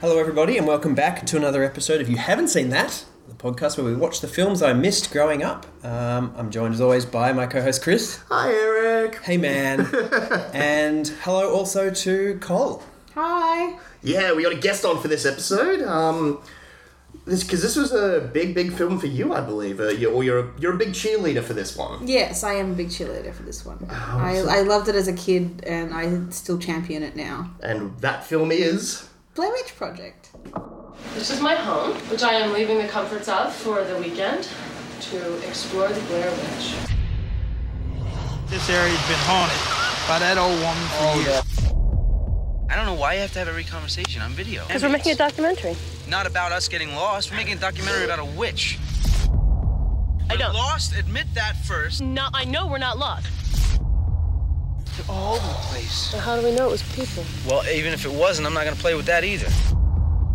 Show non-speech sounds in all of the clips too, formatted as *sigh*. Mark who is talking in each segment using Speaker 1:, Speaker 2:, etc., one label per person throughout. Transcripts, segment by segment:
Speaker 1: Hello, everybody, and welcome back to another episode. If you haven't seen that, the podcast where we watch the films I missed growing up. Um, I'm joined, as always, by my co-host Chris.
Speaker 2: Hi, Eric.
Speaker 1: Hey, man,
Speaker 2: *laughs*
Speaker 1: and hello also to Cole.
Speaker 3: Hi.
Speaker 2: Yeah, we got a guest on for this episode. Um, this because this was a big, big film for you, I believe. Uh, you, or you're a, you're a big cheerleader for this one.
Speaker 3: Yes, I am a big cheerleader for this one.
Speaker 2: Ah,
Speaker 3: I, I loved it as a kid, and I still champion it now.
Speaker 2: And that film is.
Speaker 3: Blair Witch Project.
Speaker 4: This is my home, which I am leaving the comforts of for the weekend to explore the Blair Witch.
Speaker 5: This area's been haunted by that old woman for years. I don't know why you have to have every conversation on video.
Speaker 6: Because we're making a documentary.
Speaker 5: not about us getting lost. We're making a documentary about a witch.
Speaker 6: I
Speaker 5: We're
Speaker 6: don't.
Speaker 5: Lost. Admit that first.
Speaker 6: No, I know we're not lost.
Speaker 5: They're all over the place.
Speaker 6: How do we know it was people?
Speaker 5: Well, even if it wasn't, I'm not gonna play with that either.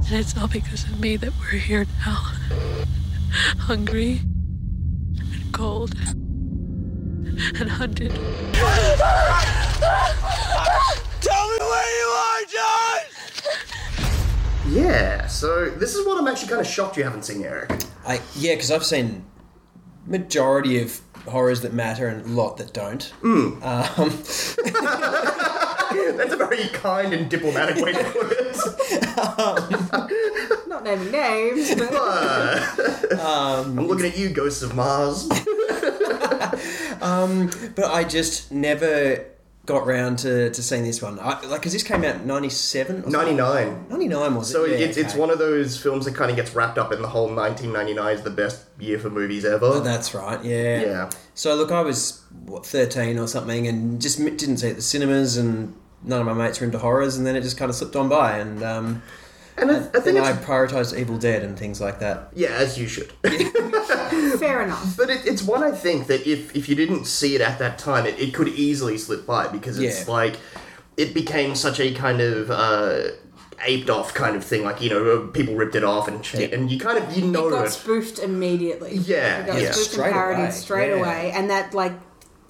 Speaker 7: And it's all because of me that we're here now. *laughs* Hungry and cold and hunted.
Speaker 2: Yeah. So this is what I'm actually kind of shocked you haven't seen, Eric. *laughs*
Speaker 1: I yeah, because I've seen majority of horrors that matter and a lot that don't.
Speaker 2: Mm.
Speaker 1: Um,
Speaker 2: That's a very kind and diplomatic way to put it.
Speaker 3: Not naming names,
Speaker 2: *laughs*
Speaker 3: but
Speaker 2: I'm looking at you, Ghosts of Mars.
Speaker 1: but I just never got round to, to seeing this one. I, like, because this came out in '97,
Speaker 2: Ninety-nine.
Speaker 1: '99 was it?
Speaker 2: So
Speaker 1: Yeah,
Speaker 2: it's, it's
Speaker 1: okay.
Speaker 2: one of those films that kind of gets wrapped up in the whole 1999 is the best year for movies ever.
Speaker 1: That's right. Yeah.
Speaker 2: Yeah.
Speaker 1: So look, I was what thirteen or something, and just m- didn't see it at the cinemas, and none of my mates were into horrors, and then it just kind of slipped on by, and um,
Speaker 2: and I, I think
Speaker 1: then I
Speaker 2: it's,
Speaker 1: prioritised Evil Dead and things like
Speaker 2: *laughs*
Speaker 1: that.
Speaker 2: yeah, as you should.
Speaker 3: fair enough.
Speaker 2: But it, it's one I think that if if you didn't see it at that time, it, it could easily slip by because it's
Speaker 1: Yeah.
Speaker 2: like it became such a kind of uh, aped off kind of thing. Like you know, uh, people ripped it off and shit, and you kind of you
Speaker 3: It
Speaker 2: know
Speaker 3: got
Speaker 2: it.
Speaker 3: spoofed immediately.
Speaker 2: Yeah,
Speaker 3: It got
Speaker 2: yeah.
Speaker 3: spoofed
Speaker 1: Straight
Speaker 3: and parodied
Speaker 1: away,
Speaker 3: straight
Speaker 1: yeah.
Speaker 3: away, and that like,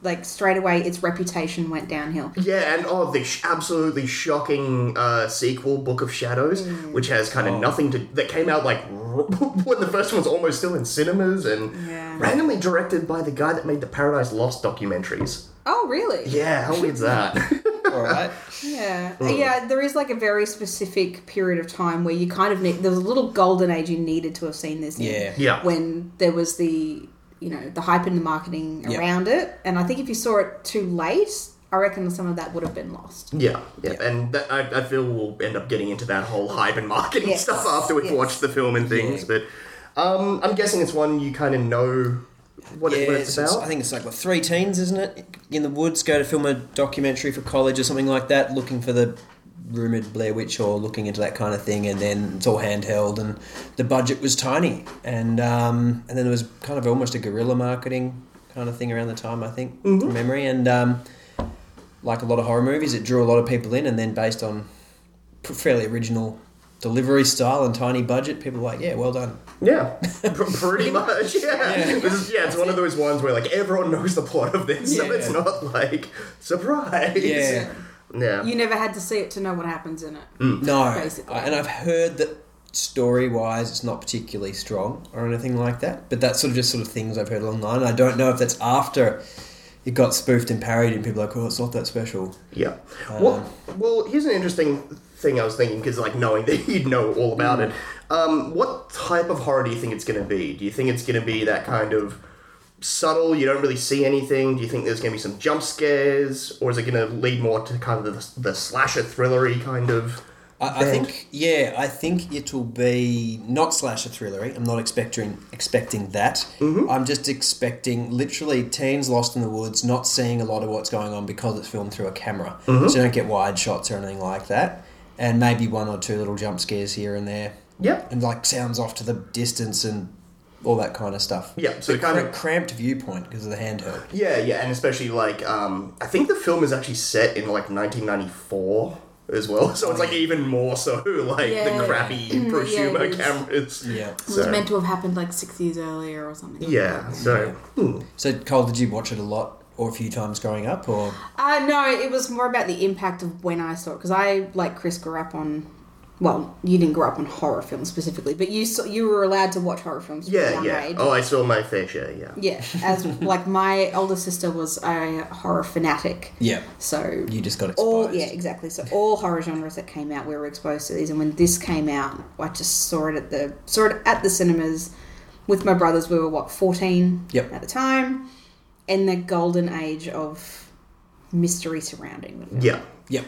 Speaker 3: like straight away, its reputation went downhill.
Speaker 2: Yeah, and oh, the sh- absolutely shocking uh, sequel, Book of Shadows,
Speaker 3: Mm.
Speaker 2: which has kind
Speaker 3: Oh.
Speaker 2: of nothing to that came out like *laughs* when the first one was almost still in cinemas and
Speaker 3: Yeah.
Speaker 2: randomly directed by the guy that made the Paradise Lost documentaries.
Speaker 3: Oh, really?
Speaker 2: Yeah, how weird's
Speaker 3: *laughs*
Speaker 2: that?
Speaker 1: All right.
Speaker 3: Yeah,
Speaker 1: Hmm.
Speaker 3: yeah. There is like a very specific period of time where you kind of need. There was a little golden age you needed to have seen this. in,
Speaker 1: Yeah.
Speaker 2: Yeah.
Speaker 3: When there was the you know the hype and the marketing
Speaker 1: Yeah.
Speaker 3: around it, and I think if you saw it too late, I reckon some of that would have been lost.
Speaker 2: Yeah, yeah, and that, I, I feel we'll end up getting into that whole hype and marketing
Speaker 3: Yes,
Speaker 2: stuff after we've
Speaker 3: yes.
Speaker 2: watched the film and things. But um, I'm guessing it's one you kind of know what,
Speaker 1: Yeah,
Speaker 2: it, what it's,
Speaker 1: so it's-
Speaker 2: about.
Speaker 1: I think it's like what three teens, isn't it? In the woods, go to film a documentary for college or something like that, looking for the rumored Blair Witch or looking into that kind of thing, and then it's all handheld, and the budget was tiny, and um, and then there was kind of almost a guerrilla marketing kind of thing around the time, I think,
Speaker 2: Mm-hmm.
Speaker 1: from memory, and um, like a lot of horror movies, it drew a lot of people in, and then based on p- fairly original delivery style and tiny budget, people were like, yeah, well done.
Speaker 2: yeah,
Speaker 1: *laughs*
Speaker 2: pr- pretty much. Yeah, This is- yeah, it's one of those ones where like everyone knows the plot of this, so
Speaker 1: Yeah.
Speaker 2: it's not like surprise.
Speaker 1: Yeah.
Speaker 2: yeah.
Speaker 3: You never had to see it to know what happens in it.
Speaker 2: Hmm,
Speaker 1: No,
Speaker 3: basically.
Speaker 1: I- and I've heard that story-wise, it's not particularly strong or anything like that. But that's sort of just sort of things I've heard along the line. I don't know if that's after it got spoofed and parodied, and people are like, "Oh, it's not that special."
Speaker 2: Yeah.
Speaker 3: Um,
Speaker 2: well, well, here's an interesting thing I was thinking because, like, knowing *laughs* that you'd know all about it,
Speaker 3: Hmm.
Speaker 2: um, what type of horror do you think it's going to be? Do you think it's going to be that kind of subtle, you don't really see anything? Do you think there's going to be some jump scares, or is it going to lead more to kind of the, the slasher thrillery kind of?
Speaker 1: I, I
Speaker 2: bent?
Speaker 1: think, yeah, I think it'll be not slasher thrillery. eh? I'm not expecting expecting that. I'm just expecting literally teens lost in the woods, not seeing a lot of what's going on because it's filmed through a camera, so you don't get wide shots or anything like that. And maybe one or two little jump scares here and there.
Speaker 2: Yep.
Speaker 1: and like sounds off to the distance and all that kind of stuff.
Speaker 2: Yeah, so
Speaker 1: The
Speaker 2: kind of-
Speaker 1: cramped viewpoint because of the handheld.
Speaker 2: Yeah, yeah, and especially like um, I think the film is actually set in like 1994 as well, *laughs* so it's like even more so *laughs* like the
Speaker 3: *clears throat* Yeah.
Speaker 2: crappy
Speaker 3: yeah,
Speaker 2: prosumer
Speaker 3: it is.
Speaker 2: cameras.
Speaker 1: Yeah.
Speaker 3: It was
Speaker 2: So-
Speaker 3: meant to have happened like six years earlier or something.
Speaker 2: Yeah, so hmm.
Speaker 1: So Cole, did you watch it a lot or a few times growing up, or
Speaker 3: Uh, no, it was more about the impact of when I saw it because I, like Chris, grew up on Well, you didn't grow up on horror films specifically, but you saw, you were allowed to watch horror films. from a
Speaker 2: Yeah,
Speaker 3: young
Speaker 2: yeah.
Speaker 3: Age.
Speaker 2: Oh, I saw my fair share. Yeah.
Speaker 3: Yeah,
Speaker 1: *laughs*
Speaker 3: as like my older sister was a horror fanatic.
Speaker 1: Yeah.
Speaker 3: So
Speaker 1: You just got exposed.
Speaker 3: all yeah, exactly. So all horror genres that came out, we were exposed to these. And when this came out, I just saw it at the saw it at the cinemas with my brothers. We were what fourteen
Speaker 1: Yep.
Speaker 3: at the time, in the golden age of mystery surrounding them.
Speaker 2: Yeah.
Speaker 1: Yep.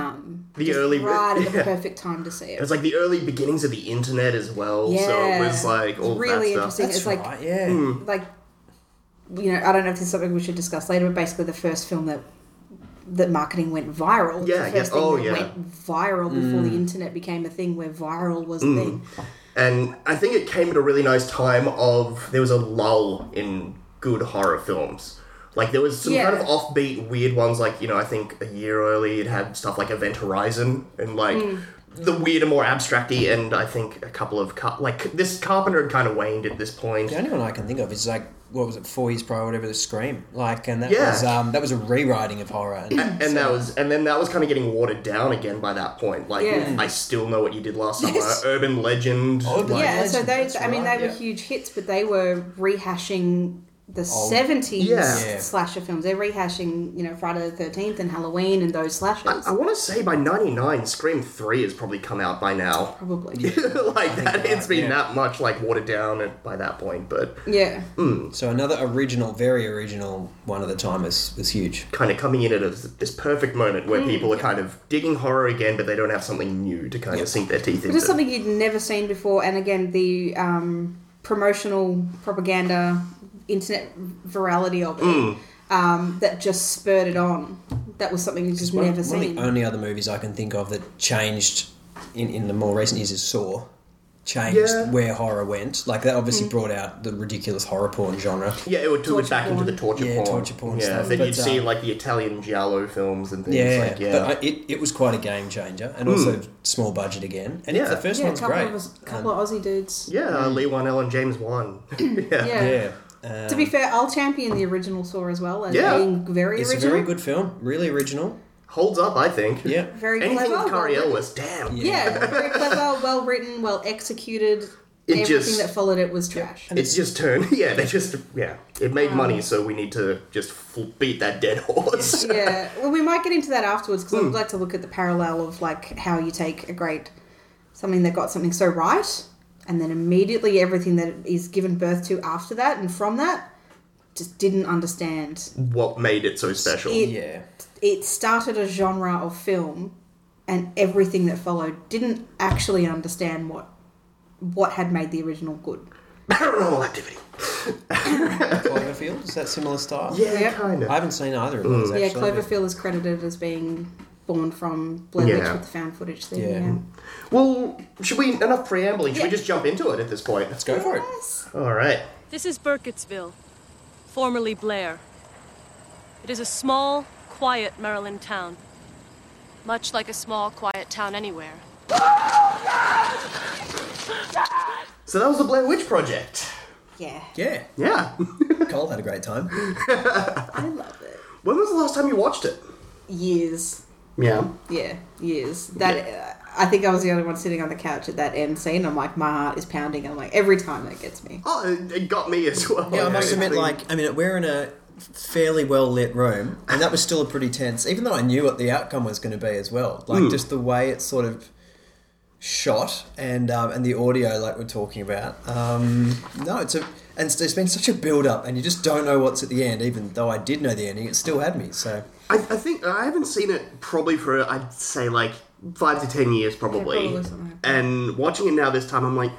Speaker 3: Um,
Speaker 2: The
Speaker 3: just
Speaker 2: early-
Speaker 3: right at
Speaker 1: *laughs*
Speaker 3: the
Speaker 2: yeah.
Speaker 3: perfect time to see it.
Speaker 2: It was like the early beginnings of the internet as well. So it was like
Speaker 3: It's
Speaker 2: all
Speaker 3: really
Speaker 2: that stuff.
Speaker 3: interesting.
Speaker 1: That's
Speaker 3: it's
Speaker 1: right.
Speaker 3: like
Speaker 1: yeah.
Speaker 2: Hmm.
Speaker 3: like you know, I don't know if this is something we should discuss later, but basically the first film that that marketing went viral.
Speaker 2: Yeah,
Speaker 3: the first
Speaker 2: yeah. Oh,
Speaker 3: thing that
Speaker 2: yeah.
Speaker 3: went viral
Speaker 1: Mm.
Speaker 3: before the internet became a thing where viral was
Speaker 2: Mm.
Speaker 3: a thing.
Speaker 2: And I think it came at a really nice time of there was a lull in good horror films. Like there was some
Speaker 3: Yeah.
Speaker 2: kind of offbeat weird ones like, you know, I think a year early it had stuff like Event Horizon and like
Speaker 3: Mm.
Speaker 2: the weirder, more abstracty and I think a couple of car- like this Carpenter had kind of waned at this point.
Speaker 1: The only one I can think of is like what was it four years prior, whatever the Scream, like, and that
Speaker 2: Yeah.
Speaker 1: was um, that was a rewriting of horror. And, *laughs*
Speaker 2: And that was, and then that was kind of getting watered down again by that point. Like,
Speaker 3: Yeah.
Speaker 2: I still know what you did last summer.
Speaker 1: Yes. Oh,
Speaker 2: Urban Legend.
Speaker 1: Old Like
Speaker 3: yeah, so
Speaker 1: Legend,
Speaker 3: they,
Speaker 1: that's
Speaker 3: I
Speaker 1: right,
Speaker 3: mean, they were
Speaker 1: yeah.
Speaker 3: huge hits, but they were rehashing the seventies
Speaker 2: Yeah.
Speaker 1: Yeah.
Speaker 3: slasher films. They're rehashing, you know, Friday the Thirteenth and Halloween and those slashers.
Speaker 2: I want to say by '99, Scream Three has probably come out by now. *laughs*
Speaker 3: Probably,
Speaker 2: like that,
Speaker 1: you're
Speaker 2: it's
Speaker 1: right,
Speaker 2: been
Speaker 1: yeah.
Speaker 2: that much like watered down at, by that point, but
Speaker 3: yeah.
Speaker 1: So another original, very original one at the time was was huge.
Speaker 2: kind of coming in at a, this perfect moment
Speaker 1: Mm.
Speaker 2: where people are kind of digging horror again, but they don't have something new to kind of sink their teeth
Speaker 3: It is
Speaker 2: into.
Speaker 3: something you'd never seen before, and again, the um, promotional propaganda, internet virality of it,
Speaker 2: Mm.
Speaker 3: um, that just spurred it on. That was something you'd just
Speaker 1: One,
Speaker 3: never
Speaker 1: one of
Speaker 3: seen.
Speaker 1: the only other movies I can think of that changed in, in the more recent years is Saw. Changed
Speaker 2: Yeah.
Speaker 1: where horror went. Like that obviously
Speaker 3: Hmm.
Speaker 1: brought out the ridiculous horror porn genre.
Speaker 2: Yeah, it would do it
Speaker 3: Torture
Speaker 2: back into
Speaker 3: porn.
Speaker 2: the torture
Speaker 1: Yeah,
Speaker 2: porn.
Speaker 1: torture porn
Speaker 2: Yeah,
Speaker 1: stuff,
Speaker 2: then
Speaker 1: but,
Speaker 2: you'd see
Speaker 1: uh,
Speaker 2: like the Italian giallo films and things.
Speaker 1: Yeah,
Speaker 2: like, yeah. Hmm.
Speaker 1: but I, it, it was quite a game changer, and also small budget again. And it's
Speaker 2: Yeah.
Speaker 1: the first
Speaker 3: yeah, a
Speaker 1: one's
Speaker 3: couple
Speaker 1: great.
Speaker 3: of us, couple of Aussie dudes.
Speaker 2: yeah,
Speaker 1: Mm.
Speaker 2: uh, Lee Wan Ellen, James Wan. *laughs* yeah.
Speaker 3: Yeah.
Speaker 1: yeah, um,
Speaker 3: To be fair, I'll champion the original Saw as well as
Speaker 2: Yeah.
Speaker 3: being very
Speaker 1: it's
Speaker 3: original.
Speaker 1: a very good film, really original.
Speaker 2: Holds up, I think.
Speaker 1: Yeah,
Speaker 3: Very
Speaker 2: Anything
Speaker 3: clever.
Speaker 2: with
Speaker 3: well
Speaker 2: Cary
Speaker 3: written.
Speaker 2: Elwes, damn.
Speaker 3: Yeah, very clever, well written, well executed.
Speaker 2: It
Speaker 3: Everything
Speaker 2: just-
Speaker 3: that followed it was trash.
Speaker 2: It's just turned. *laughs* Yeah, they just yeah. It made
Speaker 3: Oh.
Speaker 2: money, so we need to just fl- beat that dead horse.
Speaker 3: *laughs* yeah. Uh, Well, we might get into that afterwards because I'd like to look at the parallel of like how you take a great something that got something so right, and then immediately everything that is given birth to after that and from that just didn't understand.
Speaker 2: *laughs* What made it so special?
Speaker 3: It
Speaker 1: yeah.
Speaker 3: it started a genre of film, and everything that followed didn't actually understand what what had made the original good.
Speaker 2: *laughs* Paranormal Activity.
Speaker 1: Cloverfield is that similar style?
Speaker 2: Yeah,
Speaker 3: Yep.
Speaker 2: kind
Speaker 1: I
Speaker 2: of.
Speaker 1: haven't seen either of
Speaker 2: Mm.
Speaker 1: those.
Speaker 3: Yeah,
Speaker 1: actually.
Speaker 3: Cloverfield is credited as being born from Blair Witch
Speaker 2: Yeah.
Speaker 3: with the found footage thing.
Speaker 1: Yeah.
Speaker 3: yeah.
Speaker 2: Well, should we enough preambling? Should
Speaker 3: Yeah.
Speaker 2: we just jump into it at this point?
Speaker 1: Let's go for it.
Speaker 2: All right.
Speaker 6: This is Burkittsville, formerly Blair. It is a small, quiet Maryland town. Much like a small, quiet town anywhere.
Speaker 2: So that was the Blair Witch Project.
Speaker 3: Yeah.
Speaker 1: Yeah,
Speaker 2: Yeah. *laughs*
Speaker 1: Cole had a great time.
Speaker 3: I love it.
Speaker 2: when was the last time you watched it?
Speaker 3: Years.
Speaker 2: Yeah.
Speaker 3: Yeah, years. That uh, I think I was the only one sitting on the couch at that end scene. I'm like, my heart is pounding. And I'm like, every time that gets me.
Speaker 2: Oh, it- it got me as well.
Speaker 1: Yeah, I must
Speaker 2: *laughs* It's
Speaker 1: admit,
Speaker 2: been-
Speaker 1: like, I mean, we're in a fairly well lit room, and that was still a pretty tense, even though I knew what the outcome was going to be as well. Like,
Speaker 2: Mm.
Speaker 1: just the way it's sort of shot and um, and the audio, like we're talking about. Um, no, it's a and it's, there's been such a build up, and you just don't know what's at the end. Even though I did know the ending, it still had me. So
Speaker 2: I, I think I haven't seen it probably for I'd say like five to ten years probably.
Speaker 3: Yeah, probably something like
Speaker 2: and watching it now this time, I'm like,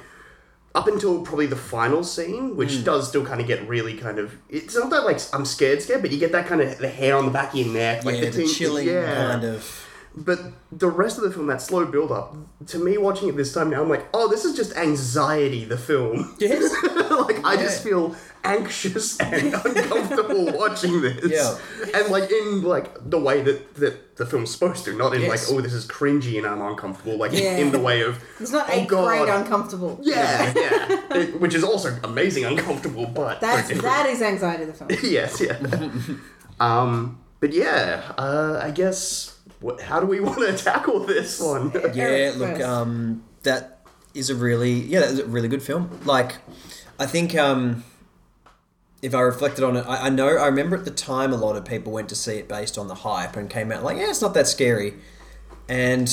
Speaker 2: up until probably the final scene, which
Speaker 1: Hmm.
Speaker 2: does still kind of get really kind of. It's not that like I'm scared, scared, but you get that kind of the hair on the back of your neck, like
Speaker 1: yeah, the,
Speaker 2: ting-
Speaker 1: chilling
Speaker 2: yeah.
Speaker 1: kind of.
Speaker 2: But the rest of the film, that slow build up, to me watching it this time now, I'm like, oh, this is just anxiety. The film.
Speaker 1: Yes.
Speaker 2: *laughs* like I just
Speaker 1: Yeah.
Speaker 2: feel anxious *laughs* and uncomfortable watching this.
Speaker 1: Yeah.
Speaker 2: And like in like the way that, that the film's supposed to, not in
Speaker 1: Yes.
Speaker 2: like, oh this is cringy and I'm uncomfortable, like
Speaker 3: Yeah.
Speaker 2: in the way of
Speaker 3: It's not
Speaker 2: oh
Speaker 3: eighth
Speaker 2: god.
Speaker 3: grade uncomfortable.
Speaker 2: yeah, yeah. It- which is also *laughs* amazing uncomfortable, but *laughs*
Speaker 3: That's that is anxiety of the film.
Speaker 2: Yes, yeah. um But yeah, uh, I guess wh- how do we *laughs* want to tackle
Speaker 1: *laughs*
Speaker 2: this one?
Speaker 1: Yeah,
Speaker 3: Eric
Speaker 1: look,
Speaker 3: first.
Speaker 1: um, that is a really yeah, that is a really good film. Like, I think um, if I reflected on it, I, I know I remember at the time a lot of people went to see it based on the hype and came out like, yeah, it's not that scary, and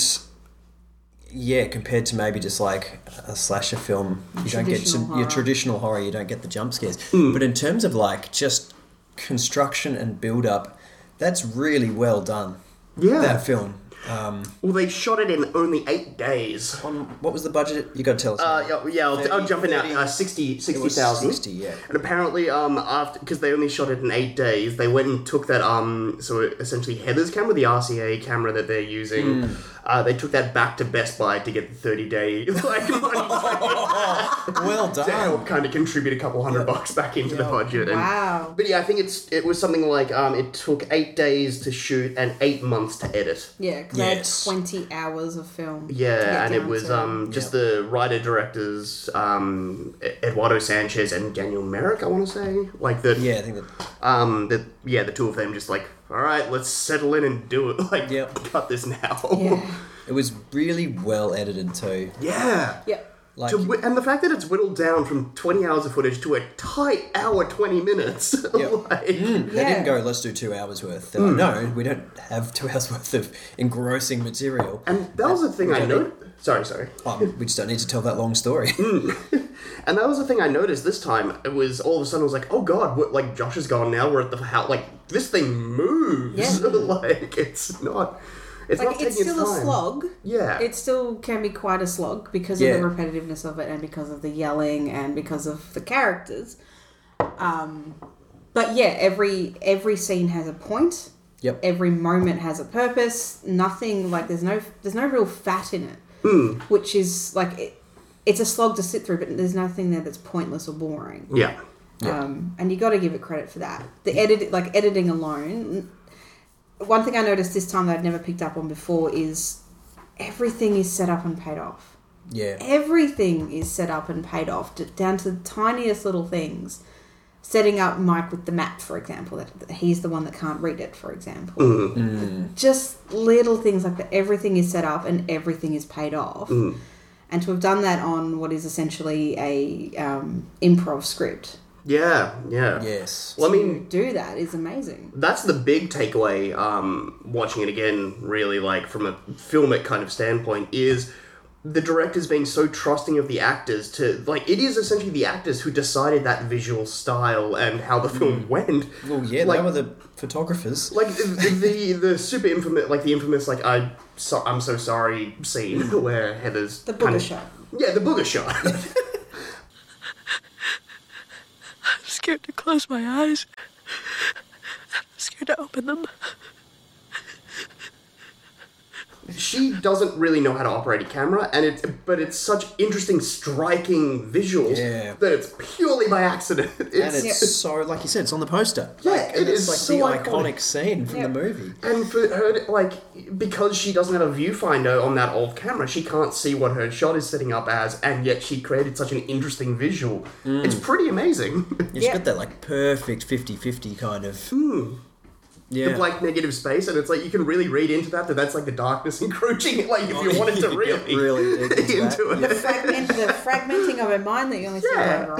Speaker 1: yeah, compared to maybe just like a slasher film, you don't get
Speaker 3: Traditional
Speaker 1: some your
Speaker 3: horror.
Speaker 1: traditional horror, you don't get the jump scares.
Speaker 2: Hmm.
Speaker 1: But in terms of like just construction and build up, that's really well done.
Speaker 2: Yeah.
Speaker 1: that film. Um,
Speaker 2: well, they shot it in only eight days.
Speaker 1: on what was the budget? You got to tell us.
Speaker 2: Uh, yeah, yeah, I'll, I'll jump in now. Uh, 60
Speaker 1: It was
Speaker 2: 60,000.
Speaker 1: 60, yeah.
Speaker 2: And apparently, um, after because they only shot it in eight days, they went and took that um, so essentially Heather's camera, the RCA camera that they're using,
Speaker 1: Hmm.
Speaker 2: uh, they took that back to Best Buy to get the thirty day *laughs* like
Speaker 1: *laughs*
Speaker 2: money
Speaker 1: Well
Speaker 2: to help
Speaker 1: done.
Speaker 2: kind of contribute a couple hundred bucks back into the budget. And,
Speaker 3: Wow.
Speaker 2: But yeah, I think it's it was something like um, it took eight days to shoot and eight months to edit.
Speaker 3: Yeah, because
Speaker 1: Yes.
Speaker 3: I had 20 hours of film. to get
Speaker 2: Yeah, and it
Speaker 3: down
Speaker 2: was
Speaker 3: to.
Speaker 2: um, just the writer directors um, E- Eduardo Sanchez and Daniel Merrick, I want to say, like the
Speaker 1: Yeah, I think that.
Speaker 2: um, the yeah, the two of them just like, all right, let's settle in and do it. *laughs* Like,
Speaker 1: Yep.
Speaker 2: cut this now.
Speaker 3: Yeah.
Speaker 1: It was really well edited too.
Speaker 2: *laughs* Yeah.
Speaker 3: Yeah.
Speaker 1: Like,
Speaker 2: To whi- and the fact that it's whittled down from 20 hours of footage to a tight hour 20 minutes. *laughs* like,
Speaker 1: they
Speaker 3: Yeah.
Speaker 1: didn't go, let's do two hours worth. They're like,
Speaker 2: Hmm.
Speaker 1: no, we don't have two *laughs* hours worth of engrossing material.
Speaker 2: And that was the thing I noticed. Sorry, sorry.
Speaker 1: Um, we just don't need to tell that long story.
Speaker 2: Hmm. And that was the thing I noticed this time. It was all of a sudden, I was like, oh god, what, like Josh is gone now. We're at the house. Like this thing moves.
Speaker 3: Yeah.
Speaker 2: *laughs* like it's not. It's not
Speaker 3: Like,
Speaker 2: taking
Speaker 3: it's still
Speaker 2: its
Speaker 3: a
Speaker 2: time.
Speaker 3: slog.
Speaker 2: Yeah.
Speaker 3: It still can be quite a slog because
Speaker 1: Yeah.
Speaker 3: of the repetitiveness of it and because of the yelling and because of the characters. Um, but yeah, every every scene has a point.
Speaker 1: Yep.
Speaker 3: Every moment has a purpose. Nothing like there's no there's no real fat in it,
Speaker 2: Hmm.
Speaker 3: which is like it, it's a slog to sit through, but there's nothing there that's pointless or boring.
Speaker 2: yeah.
Speaker 3: Um, and you got to give it credit for that. The edit, like editing alone. One thing I noticed this time that I'd never picked up on before is everything is set up and paid off.
Speaker 1: *laughs* Yeah.
Speaker 3: Everything is set up and paid off d- down to the tiniest little things. Setting up Mike with the map, for example, that that he's the one that can't read it, for example. Just little things like that. Everything is set up and everything is paid off. And to have done that on what is essentially a um, improv script
Speaker 2: Yeah. Yeah.
Speaker 1: Yes.
Speaker 2: Well, I mean,
Speaker 3: to do that is amazing.
Speaker 2: that's the big takeaway um, watching it again really like from a filmic kind of standpoint is the directors being so trusting of the actors to like it is essentially the actors who decided that visual style and how the film went
Speaker 1: Mm. Well, yeah,
Speaker 2: like,
Speaker 1: they were the photographers.
Speaker 2: like the, the the super infamous like the infamous like i so, i'm so sorry scene *laughs* where heather's
Speaker 3: The
Speaker 2: kind
Speaker 3: booger
Speaker 2: of-
Speaker 3: shot.
Speaker 2: yeah the booger shot *laughs*
Speaker 7: I'm scared to close my eyes. I'm scared to open them.
Speaker 2: she doesn't really know how to operate a camera, and it but it's such interesting, striking visuals
Speaker 1: Yeah.
Speaker 2: that it's purely by accident. *laughs*
Speaker 1: and
Speaker 2: It's,
Speaker 1: it's so, like you said, it's on the poster.
Speaker 2: Yeah,
Speaker 1: Like, and
Speaker 2: it
Speaker 1: it's
Speaker 2: is
Speaker 1: like
Speaker 2: so
Speaker 1: the
Speaker 2: iconic.
Speaker 1: iconic, scene from
Speaker 3: Yeah.
Speaker 1: the movie.
Speaker 2: and for her, to- like because she doesn't have a viewfinder on that old camera, she can't see what her shot is setting up as, and yet she created such an interesting visual.
Speaker 1: Mm.
Speaker 2: It's pretty amazing. *laughs*
Speaker 1: It's got that like perfect 50-50 kind of.
Speaker 2: Hmm.
Speaker 1: Yeah.
Speaker 2: The blank negative space, and it's like you can really read into that that that's like the darkness *laughs* encroaching. Like if you wanted to
Speaker 1: Oh, *laughs* You get
Speaker 2: really,
Speaker 1: really into
Speaker 2: *laughs*
Speaker 1: that.
Speaker 2: into it.
Speaker 3: Fragment, the fragmenting of her mind that you only see
Speaker 2: Yeah.
Speaker 3: with her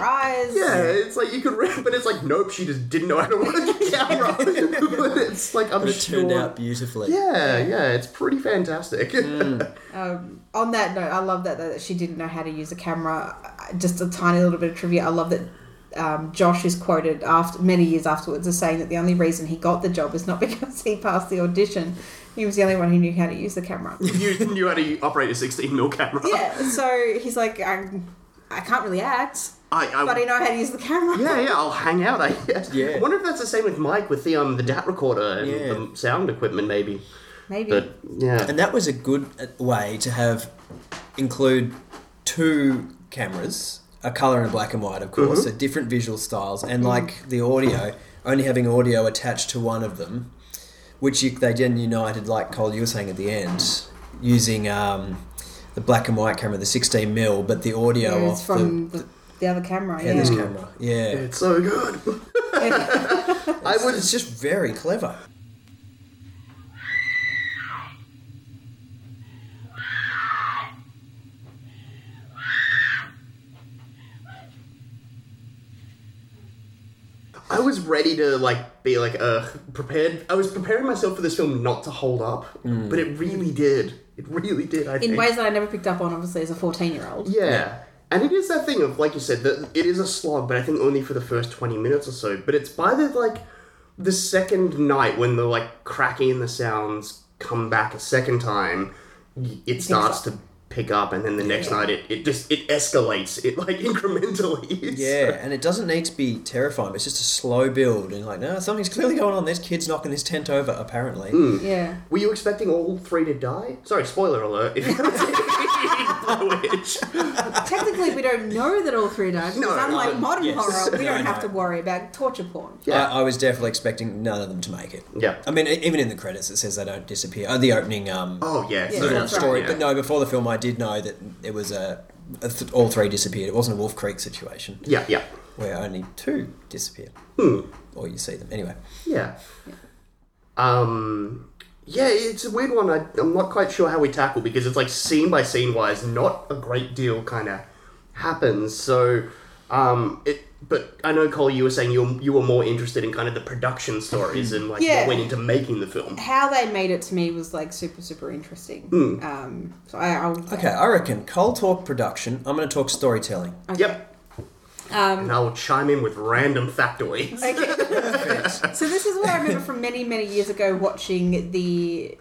Speaker 2: *laughs*
Speaker 3: eyes.
Speaker 2: Yeah, it's like you could read, but it's like, nope, she just didn't know how to
Speaker 1: *laughs*
Speaker 2: work a camera. *laughs* but it's like, I'm
Speaker 1: But it
Speaker 2: sure.
Speaker 1: turned out beautifully.
Speaker 2: Yeah, yeah, it's pretty fantastic. *laughs*
Speaker 1: Mm.
Speaker 3: On that note, I love that, that she didn't know how to use a camera. Uh, Just a tiny little bit of trivia. I love that um, Josh is quoted after many years afterwards as saying that the only reason he got the job is not *laughs* because he passed the audition. He was the only one who knew how to use the
Speaker 2: *laughs*
Speaker 3: camera.
Speaker 2: you knew how to operate a 16mm camera.
Speaker 3: yeah. So he's like, I, I can't really act,
Speaker 2: *laughs* I, I,
Speaker 3: but I know how to use the camera.
Speaker 2: yeah, yeah, I'll hang out, I guess.
Speaker 1: Yeah.
Speaker 2: wonder if that's the same with Mike with the um the DAT recorder and
Speaker 1: Yeah.
Speaker 2: the sound equipment, maybe.
Speaker 3: *laughs* Maybe.
Speaker 2: But, yeah.
Speaker 1: And that was a good uh, way to have include two cameras, a color and a black and white, of course,
Speaker 2: Mm-hmm.
Speaker 1: so different visual styles, and like the audio, only having audio attached to one of them, which you, they then united, like Cole, you were saying at the end, using um, the black and white camera, the 16 mil, but the audio
Speaker 3: Yeah, it's
Speaker 1: off
Speaker 3: from
Speaker 1: the,
Speaker 3: the, the other camera.
Speaker 1: yeah, this
Speaker 3: yeah.
Speaker 1: camera. Yeah,
Speaker 2: It's so good. I would
Speaker 1: it's just very clever.
Speaker 2: I was ready to like be like uh prepared. I was preparing myself for this film not to hold up, but it really did. It really did. I
Speaker 3: in
Speaker 2: think.
Speaker 3: ways that I never picked up on, obviously, as a 14 year old.
Speaker 2: Yeah. And it is that thing of, like you said, that it is a slog, but I think only for the first 20 minutes or so. But it's by the, like, the second night when the, like, cracking and the sounds come back a second time, y- it starts to pick up, and then the next night it, it just, it escalates, it, like, *laughs* incrementally. It's-
Speaker 1: Yeah, and it doesn't need to be terrifying. But it's just a slow build, and like, no, something's clearly going on. This kid's knocking his tent over, apparently.
Speaker 2: Hmm,
Speaker 3: Yeah.
Speaker 2: Were you expecting all three to die? Sorry, spoiler alert. If you *laughs* haven't seen Blair Witch.
Speaker 3: Technically, we don't know that all three died.
Speaker 2: No,
Speaker 3: because unlike
Speaker 2: no,
Speaker 3: modern
Speaker 1: yes.
Speaker 3: horror, we
Speaker 1: No,
Speaker 3: don't
Speaker 1: no.
Speaker 3: have to worry about torture porn.
Speaker 2: Yeah.
Speaker 1: I, I was definitely expecting none of them to make it.
Speaker 2: Yeah.
Speaker 1: I mean, e- even in the credits, it says they don't disappear. Oh, the opening um,
Speaker 2: Oh, yeah. it's
Speaker 3: Yeah,
Speaker 2: not
Speaker 1: little
Speaker 2: a
Speaker 3: that's right.
Speaker 1: story.
Speaker 2: yeah.
Speaker 1: But no, before the film, I did know that it was a, a th- all three disappeared. It wasn't a Wolf Creek situation
Speaker 2: Yeah, yeah.
Speaker 1: where only two disappeared,
Speaker 2: Hmm.
Speaker 1: or you see them anyway.
Speaker 2: Yeah. Um. Yeah, it's a weird one. I, I'm not quite sure how we tackle because it's like scene by scene wise, not a great deal kind of happens. So, um, it. But I know Cole, you were saying you were, you were more interested in kind of the production stories and like
Speaker 3: Yeah.
Speaker 2: what went into making the film.
Speaker 3: How they made it to me was like super, super interesting.
Speaker 2: Hmm.
Speaker 3: Um, so I, I'll.
Speaker 1: Okay, I reckon Cole talk production. I'm going to talk storytelling.
Speaker 2: Yep. Um, and I will chime in with random factoids.
Speaker 3: So this is what I remember from many, many years ago watching the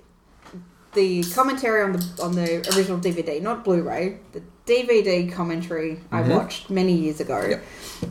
Speaker 3: the commentary on the on the original DVD, not Blu-ray, the DVD commentary I watched many years ago,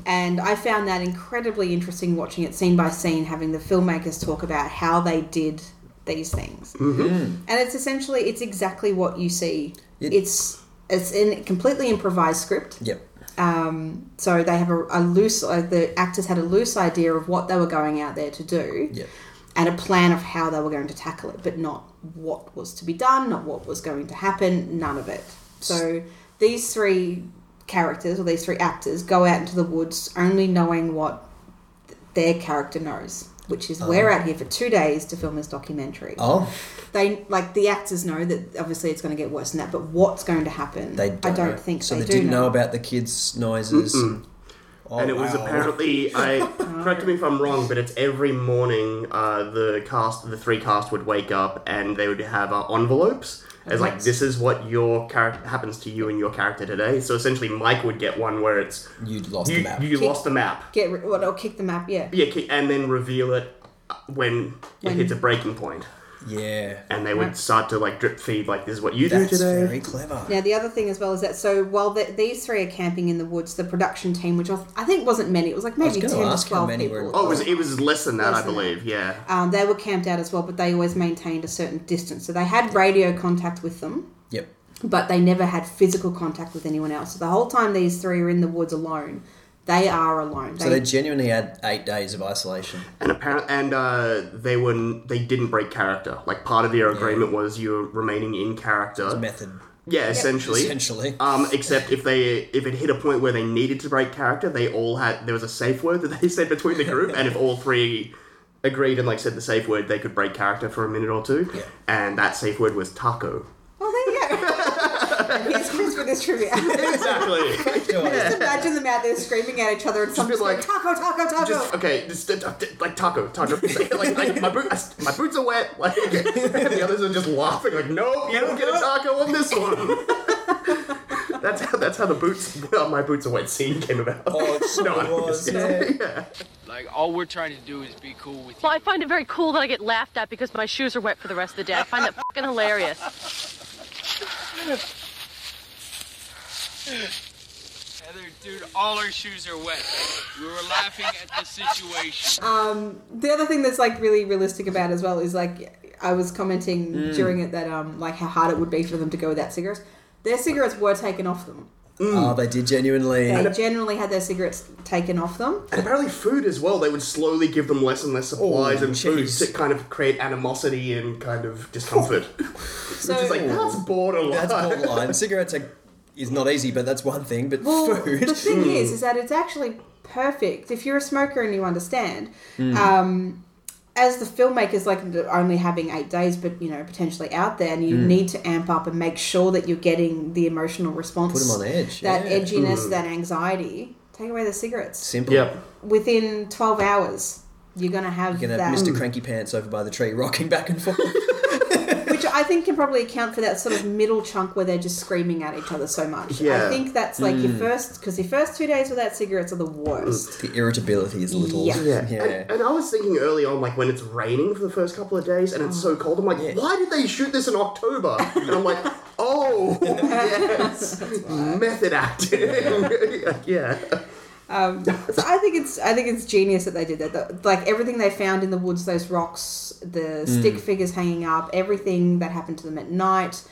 Speaker 3: and I found that incredibly interesting watching it scene by scene, having the filmmakers talk about how they did these things, mm-hmm. and it's essentially it's exactly what you see.
Speaker 1: It-
Speaker 3: it's it's in a completely improvised script.
Speaker 1: Yep.
Speaker 3: Um, so they have a, a loose, uh, the actors had a loose idea of what they were going out there to do
Speaker 1: Yep.
Speaker 3: and a plan of how they were going to tackle it, but not what was to be done, not what was going to happen, none of it. So these three characters or these three actors go out into the woods only knowing what th- their character knows, which is we're out here for two days to film this documentary.
Speaker 1: Oh,
Speaker 3: They like the actors know that obviously it's going to get worse than that, but what's going to happen?
Speaker 1: they don't.
Speaker 3: I don't think
Speaker 1: so.
Speaker 3: They,
Speaker 1: they
Speaker 3: do
Speaker 1: didn't
Speaker 3: know.
Speaker 1: know about the kids' noises. And, oh,
Speaker 2: and it was
Speaker 1: wow.
Speaker 2: apparently
Speaker 1: *laughs*
Speaker 2: I correct me if I'm wrong, but it's every morning uh, the cast, the three cast would wake up and they would have uh, envelopes. As like this is what your character happens to you and your character today. So essentially, Mike would get one where it's
Speaker 1: you'd lost
Speaker 2: you,
Speaker 1: the map.
Speaker 2: you lost the map,
Speaker 3: Get ri- well, or kick the map. Yeah,
Speaker 2: yeah, ki- and then reveal it uh, when it
Speaker 3: When-
Speaker 2: hits a breaking point,
Speaker 1: yeah,
Speaker 2: and they would start to like drip feed like this is what you
Speaker 1: that's
Speaker 2: do today.
Speaker 1: very clever.
Speaker 3: Now, the other thing as well is that so while the, these three are camping in the woods, the production team, which was- I think wasn't many, it was like
Speaker 1: was
Speaker 3: maybe
Speaker 1: gonna
Speaker 3: ten to
Speaker 1: ask how
Speaker 3: twelve
Speaker 1: many were
Speaker 3: people.
Speaker 2: Oh, it was it was less than that,
Speaker 3: Less
Speaker 2: I
Speaker 3: than that.
Speaker 2: believe. Yeah.
Speaker 3: Um, they were camped out as well, but they always maintained a certain distance, so they had radio contact with them,
Speaker 1: Yep.
Speaker 3: but they never had physical contact with anyone else. So the whole time these three are in the woods alone, they are alone.
Speaker 1: So they
Speaker 3: *laughs*
Speaker 1: genuinely had eight days of isolation.
Speaker 2: And apparent, and uh, they were n- they didn't break character. Like part of their agreement was you're remaining in character. *laughs*
Speaker 1: Method,
Speaker 2: yeah, essentially.
Speaker 1: essentially. *laughs*
Speaker 2: Um, except if they if it hit a point where they needed to break character, they all had there was a safe word that they *laughs* said between the group, and if all three agreed and like said the safe word, they could break character for a minute or two.
Speaker 1: Yeah.
Speaker 2: And that safe word was taco.
Speaker 3: oh, there you go. *laughs* Here's Chris with his trivia. *laughs*
Speaker 2: *laughs* Exactly.
Speaker 3: Just imagine them out there screaming at each other and
Speaker 2: be
Speaker 3: something like
Speaker 2: like-
Speaker 3: taco, taco, taco.
Speaker 1: Oh.
Speaker 2: Just okay, just, uh, uh, like taco, taco. like I, my boots, my boots are wet. Like *laughs* and the others are just laughing. Like no, you don't get a taco on this one. *laughs* that's how that's how the boots, well, my boots are wet scene came about. *laughs*
Speaker 1: Oh, it so
Speaker 2: I'm
Speaker 1: was,
Speaker 2: just-
Speaker 1: yeah.
Speaker 8: Like, all we're trying to do is be cool with
Speaker 6: Well, I find it very cool that I get laughed at because my shoes are wet for the rest of the day. I find that *laughs* fucking hilarious.
Speaker 8: Heather. Dude, all our shoes are wet. We were laughing at the situation.
Speaker 3: the other thing that's like really realistic about it as well is like I was commenting
Speaker 1: Mm.
Speaker 3: during it that um like how hard it would be for them to go without cigarettes. Their cigarettes were taken off them.
Speaker 2: Mm.
Speaker 1: Oh, they did genuinely.
Speaker 3: They generally had their cigarettes taken off them.
Speaker 2: And apparently food as well. They would slowly give them less and less supplies
Speaker 1: Oh,
Speaker 2: and food
Speaker 1: jeez.
Speaker 2: to kind of create animosity and kind
Speaker 1: *laughs*
Speaker 2: of discomfort.
Speaker 3: So
Speaker 2: Which is like that's borderline.
Speaker 1: That's
Speaker 2: *laughs*
Speaker 1: borderline. Cigarettes are, is not easy, but that's one thing. But
Speaker 3: well, *laughs*
Speaker 1: food.
Speaker 3: the thing is, is that it's actually perfect if you're a smoker and you understand.
Speaker 1: Mm.
Speaker 3: Um, as the filmmakers, like only having eight days, but you know potentially out there, and you
Speaker 1: Mm.
Speaker 3: need to amp up and make sure that you're getting the emotional response,
Speaker 1: Put 'em on edge,
Speaker 3: that
Speaker 1: yeah. Mm.
Speaker 3: edginess, that anxiety. Take away the cigarettes.
Speaker 1: Simple.
Speaker 2: Yep.
Speaker 3: Within 12 hours, you're going to have
Speaker 1: You're gonna
Speaker 3: that. Mm.
Speaker 1: have Mr. Cranky Pants over by the tree, rocking back and
Speaker 3: *laughs*
Speaker 1: forth.
Speaker 3: Which I think can probably account for that sort of middle chunk where they're just screaming at each other so much.
Speaker 2: Yeah.
Speaker 3: I think that's like
Speaker 1: Mm.
Speaker 3: your first, because your first two days without cigarettes are the worst.
Speaker 1: the irritability is a little.
Speaker 3: Yeah.
Speaker 2: Yeah. And, and I was thinking early on, like when it's raining for the first couple of days and it's so cold, I'm like, why did they shoot this in October? and I'm like, oh, yes, method acting. *laughs* yeah.
Speaker 3: Um, so I think it's I think it's genius that they did that. That- like everything they found in the woods, those rocks, the
Speaker 1: Mm.
Speaker 3: stick figures hanging up, everything that happened to them at night.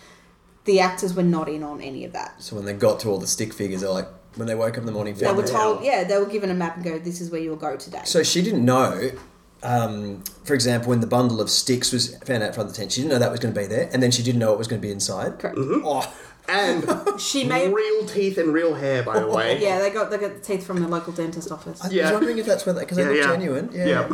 Speaker 3: The actors were not in on any of that.
Speaker 1: So when they got to all the stick figures, they're like, when they woke up in the morning,
Speaker 3: They
Speaker 1: found
Speaker 3: were
Speaker 1: them.
Speaker 3: told, yeah, they were given a map and go, this is where you'll go today.
Speaker 1: So she didn't know. Um, for example, when the bundle of sticks was found out in front of the tent, she didn't know that was going to be there, and then she didn't know it was going to be inside.
Speaker 3: Correct.
Speaker 2: Mm-hmm.
Speaker 1: Oh,
Speaker 2: And
Speaker 3: She may have,
Speaker 2: real teeth and real hair, by the way.
Speaker 3: yeah, they got they got the teeth from the local dentist office.
Speaker 1: I
Speaker 2: Yeah.
Speaker 1: was wondering if that's where because they
Speaker 2: Yeah,
Speaker 1: look
Speaker 2: yeah.
Speaker 1: genuine. Yeah.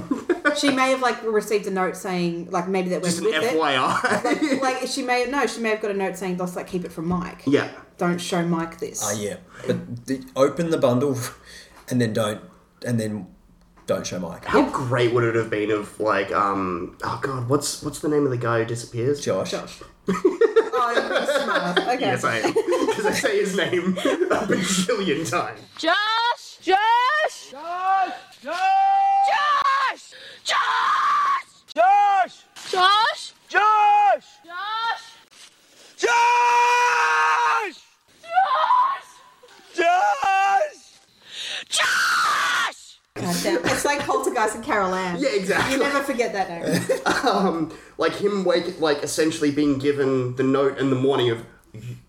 Speaker 3: She may have like received a note saying like maybe that
Speaker 2: Just
Speaker 3: went
Speaker 2: an
Speaker 3: with it.
Speaker 2: FYI.
Speaker 3: Like she may no, she may have got a note saying, "Let's like keep it from Mike.
Speaker 2: *laughs* yeah.
Speaker 3: Don't show Mike this."
Speaker 1: Ah, yeah. But the, open the bundle, *laughs* and then don't, and then don't show Mike.
Speaker 2: *laughs* How great would it have been if, like, um, oh god, what's what's the name of the guy who disappears?
Speaker 1: Josh.
Speaker 3: Josh. oh, you're smart. Okay.
Speaker 2: Yes, I am. *laughs* Because I say his name *laughs* a bajillion times.
Speaker 6: Josh! Josh! Josh! Josh! Josh! Josh! Josh! Josh! Josh!
Speaker 3: God damn. It's like Poltergeist and Carol Ann.
Speaker 2: Yeah, exactly.
Speaker 3: You never forget that name.
Speaker 2: um, like him wake, like essentially being given the note in the morning of,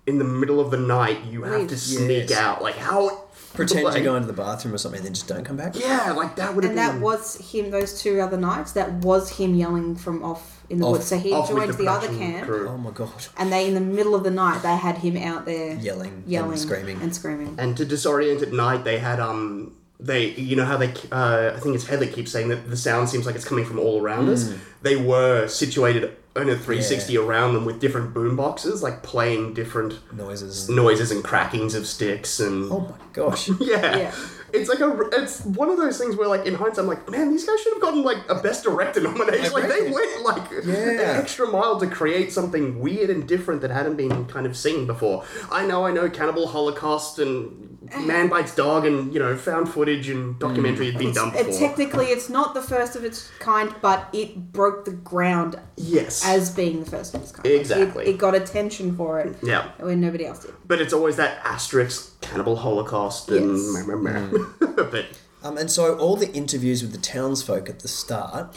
Speaker 2: in the middle of the night, you have to
Speaker 3: Yes.
Speaker 2: sneak out. Like how?
Speaker 1: Pretend
Speaker 2: like,
Speaker 1: you're going to the bathroom or something, then just don't come back.
Speaker 2: Yeah, like that would have
Speaker 3: and
Speaker 2: *laughs*
Speaker 3: that
Speaker 2: been.
Speaker 3: was him those two other nights. That was him yelling from off in the
Speaker 1: Off-
Speaker 3: woods. So he
Speaker 2: off with
Speaker 3: joined the, other
Speaker 2: production
Speaker 3: camp.
Speaker 2: crew.
Speaker 1: Oh my god.
Speaker 3: And they, in the middle of the night, they had him out there
Speaker 1: Yelling,
Speaker 3: yelling,
Speaker 1: and screaming.
Speaker 3: and screaming.
Speaker 2: And to disorient at night, they had um, they you know how they uh, I think it's Heather keeps saying that the sound seems like it's coming from all around us.
Speaker 1: Mm.
Speaker 2: They were situated in a 360 around them with different boom boxes, like playing different
Speaker 1: Noises.
Speaker 2: noises and crackings of sticks and
Speaker 1: Oh my
Speaker 2: *laughs*
Speaker 1: gosh.
Speaker 2: Yeah.
Speaker 3: Yeah.
Speaker 2: It's like a, it's one of those things where like in hindsight, I'm like, man, these guys should have gotten like a best director nomination. Like they went like an
Speaker 1: Yeah.
Speaker 2: extra mile to create something weird and different that hadn't been kind of seen before. I know, I know, Cannibal Holocaust and
Speaker 3: Eh.
Speaker 2: Man Bites Dog and you know found footage
Speaker 3: Mm.
Speaker 2: and documentary had been done
Speaker 3: It,
Speaker 2: before.
Speaker 3: technically, it's not the first of its kind, but it broke the ground
Speaker 2: yes.
Speaker 3: as being the first of its kind.
Speaker 2: Exactly.
Speaker 3: It, it got attention for it
Speaker 2: yeah.
Speaker 3: when nobody else did.
Speaker 2: But it's always that asterisk Cannibal Holocaust and
Speaker 3: Yes.
Speaker 2: meh, meh, meh. *laughs* but
Speaker 1: Um, and so all the interviews with the townsfolk at the start.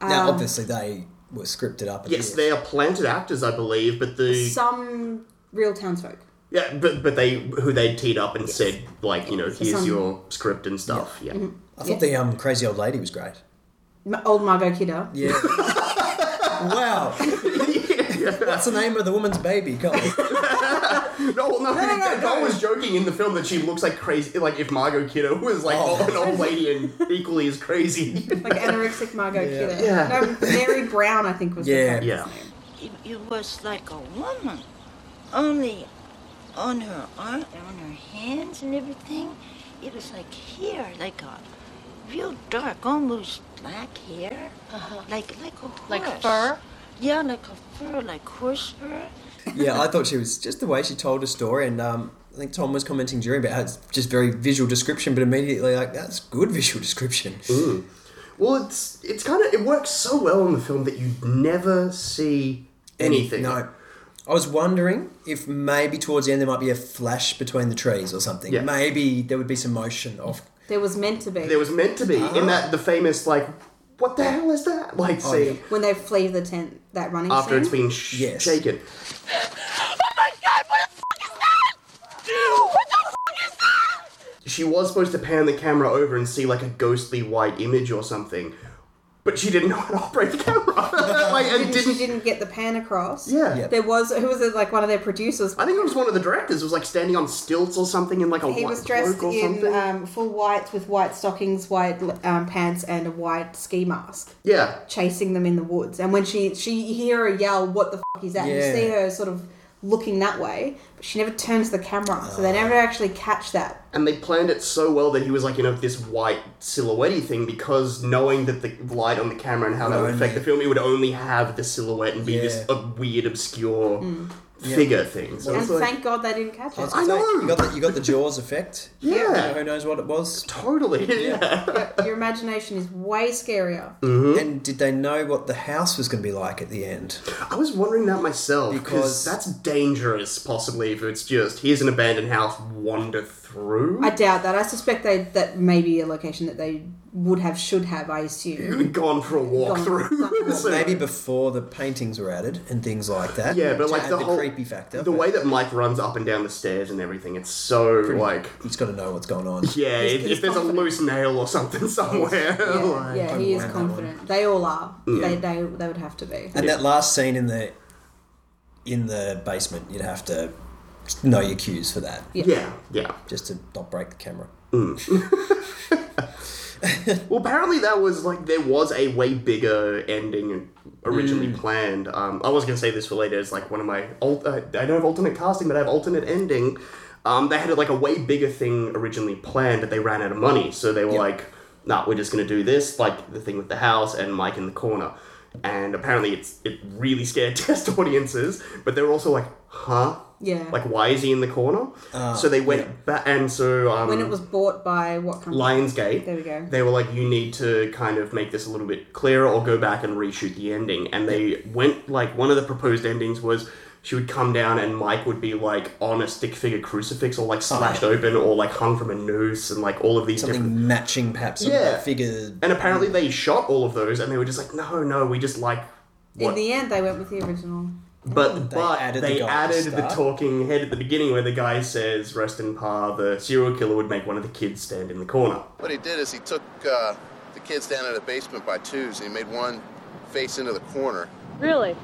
Speaker 1: now, obviously, they were scripted up. and
Speaker 2: Um, yes,
Speaker 1: this.
Speaker 2: they are planted actors, I believe, but the
Speaker 3: Some real townsfolk.
Speaker 2: Yeah, but but they who they teed up and said like you know here's
Speaker 3: some-
Speaker 2: your script and stuff. um, Yeah, Mm-hmm.
Speaker 1: I thought the um, crazy old lady was great.
Speaker 3: M- Old Margot Kidder.
Speaker 1: Yeah. wow. *laughs* That's the name of the woman's baby. Come on.
Speaker 2: no, no, no, no, I was joking in the film that she looks like crazy, like if Margot Kidder was like
Speaker 1: Oh.
Speaker 2: an old lady and equally as *laughs* crazy.
Speaker 3: like anorexic Margot Kidder.
Speaker 2: Yeah.
Speaker 3: No, Mary Brown, I think was
Speaker 1: Yeah.
Speaker 3: the character's
Speaker 2: Yeah.
Speaker 3: name.
Speaker 9: It, it was like a woman, only on her arm, on her hands and everything. It was like here, like a real dark, almost black hair, like like a horse.
Speaker 4: Like fur?
Speaker 9: Yeah, like a fur, like horse fur.
Speaker 1: yeah, I thought she was just the way she told her story. And um, I think Tom was commenting during about how it's just very visual description, but immediately, like, that's good visual description.
Speaker 2: Well, it's it's kind of it works so well in the film that you never see anything.
Speaker 1: No. I was wondering if maybe towards the end there might be a flash between the trees or something.
Speaker 2: Yeah.
Speaker 1: Maybe there would be some motion of
Speaker 3: There was meant to be
Speaker 2: there was meant to be in that the famous like what the hell is that like scene
Speaker 3: when they flee the tent that running
Speaker 2: after
Speaker 3: scene.
Speaker 2: it's been sh-
Speaker 1: Yes.
Speaker 2: shaken.
Speaker 3: Oh
Speaker 2: she was supposed to pan the camera over and see like a ghostly white image or something, but she didn't know how to operate the camera. *laughs* like, and
Speaker 3: She
Speaker 2: didn't.
Speaker 3: didn't get the pan across.
Speaker 2: Yeah.
Speaker 1: Yep.
Speaker 3: There was who was it like one of their producers.
Speaker 2: I think it was one of the directors was like standing on stilts or something in like a
Speaker 3: He
Speaker 2: white
Speaker 3: was dressed
Speaker 2: cloak or
Speaker 3: in
Speaker 2: something.
Speaker 3: um, full white with white stockings, white um, pants, and a white ski mask,
Speaker 2: yeah,
Speaker 3: chasing them in the woods. And when she she you hear a yell, "What the f is that?"
Speaker 1: Yeah.
Speaker 3: You see her sort of looking that way, but she never turns the camera, so they never actually catch that.
Speaker 2: And they planned it so well that he was like, you know, this white silhouette thing because knowing that the light on the camera and how that would affect the film, it would only have the silhouette and be this
Speaker 1: Yeah.
Speaker 2: uh, weird, obscure
Speaker 3: Hmm.
Speaker 2: figure thing. So
Speaker 3: And
Speaker 2: it's like,
Speaker 3: thank God they didn't catch it.
Speaker 2: I know.
Speaker 1: You got the, you got the Jaws effect.
Speaker 2: Yeah.
Speaker 1: Who knows what it was?
Speaker 2: totally. Yeah.
Speaker 3: Your imagination is way scarier.
Speaker 2: Mm.
Speaker 1: And did they know what the house was going to be like at the end?
Speaker 2: *laughs* I was wondering that myself because
Speaker 1: Because-
Speaker 2: that's dangerous. Possibly if it's just here's an abandoned house, wander through.
Speaker 3: I doubt that. I suspect they that may be a location that they would have, should have. I
Speaker 2: *laughs* *laughs*
Speaker 3: assume.
Speaker 2: gone for a walk
Speaker 3: Gone.
Speaker 2: through. *laughs* So-
Speaker 1: Maybe before the paintings were added and things like that.
Speaker 2: Yeah, but
Speaker 1: to
Speaker 2: like
Speaker 1: add
Speaker 2: the, whole
Speaker 1: creepy factor.
Speaker 2: the way that Mike runs up and down the stairs and everything, it's so like
Speaker 1: he's got to know what's going on.
Speaker 2: yeah.
Speaker 3: He's-
Speaker 2: if-
Speaker 3: he's
Speaker 2: if there's
Speaker 3: confident.
Speaker 2: a loose nail or something *laughs* somewhere,
Speaker 3: Yeah,
Speaker 2: like-
Speaker 3: yeah, he is
Speaker 1: aware of that
Speaker 3: confident. They all are.
Speaker 2: Mm.
Speaker 3: They, they they would have to be.
Speaker 1: And that last scene in the in the basement, you'd have to know your cues for that,
Speaker 2: yeah, yeah.
Speaker 1: just to not break the camera.
Speaker 2: Well, apparently that was like there was a way bigger ending originally
Speaker 3: Hmm.
Speaker 2: planned. Um, I was gonna say this for later. It's like one of my alt- uh, I don't have alternate casting, but I have alternate ending. Um, they had like a way bigger thing originally planned, but they ran out of money, so they were like, "Nah, we're just gonna do this." Like the thing with the house and Mike in the corner. And apparently, it's it really scared *laughs* test audiences, but they were also like, "Huh."
Speaker 3: Yeah. Uh,
Speaker 2: Like, why is he in the corner? so they went back, and so um,
Speaker 3: when it was bought by what company?
Speaker 2: Lionsgate.
Speaker 3: There we go.
Speaker 2: They were like, you need to kind of make this a little bit clearer or go back and reshoot the ending. And they went, like, one of the proposed endings was she would come down and Mike would be, like, on a stick figure crucifix or, like, slashed
Speaker 3: Oh.
Speaker 2: open or, like, hung from a noose and, like, all of these different.
Speaker 1: Something matching, perhaps. some
Speaker 2: Yeah.
Speaker 1: Figure.
Speaker 2: And apparently they shot all of those and they were just like, no, no, we just like.
Speaker 3: In
Speaker 2: what-
Speaker 3: the end, they went with the original.
Speaker 2: But but
Speaker 1: added the
Speaker 2: they
Speaker 1: guy at the
Speaker 2: added the
Speaker 1: start.
Speaker 2: talking head at the beginning where the guy says, "Rest in par." The serial killer would make one of the kids stand in the corner.
Speaker 10: What he did is he took uh, the kids down in the basement by twos and he made one face into the corner
Speaker 6: Really?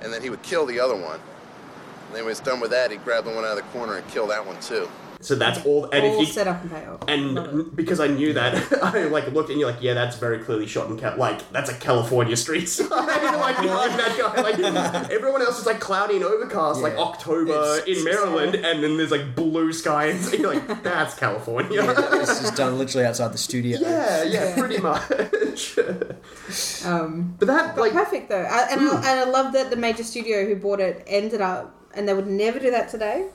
Speaker 10: and then he would kill the other one. And then when he's done with that, he grabbed the one out of the corner and killed that one too.
Speaker 2: So that's all. And
Speaker 3: all
Speaker 2: if you,
Speaker 3: set up and paid off.
Speaker 2: and
Speaker 3: Love it.
Speaker 2: n- because I knew that, *laughs* I like looked and you're like, yeah, that's very clearly shot in Cal- like that's a California street *laughs* sign. like, like that guy,
Speaker 3: *laughs*
Speaker 2: like everyone else is like cloudy and overcast, like
Speaker 1: Yeah.
Speaker 2: October
Speaker 1: It's-
Speaker 2: in Maryland, and then there's like blue sky, *laughs* and so you're like, that's California. *laughs* Yeah,
Speaker 1: This is done literally outside the studio.
Speaker 2: yeah, pretty much.
Speaker 3: um,
Speaker 2: but that like
Speaker 3: perfect though, I, and
Speaker 2: Hmm.
Speaker 3: I, and I love that the major studio who bought it ended up, and they would never do that today.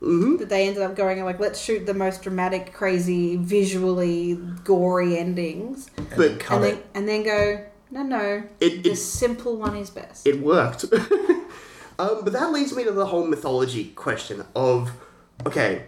Speaker 3: Mm-hmm. That they ended up going and like, let's shoot the most dramatic, crazy, visually gory endings,
Speaker 2: but
Speaker 1: Cut
Speaker 3: and
Speaker 1: it.
Speaker 3: then and then go, no, no,
Speaker 2: It-
Speaker 3: the
Speaker 2: it-
Speaker 3: simple one is best.
Speaker 2: it worked. *laughs* um, but that leads me to the whole mythology question of okay,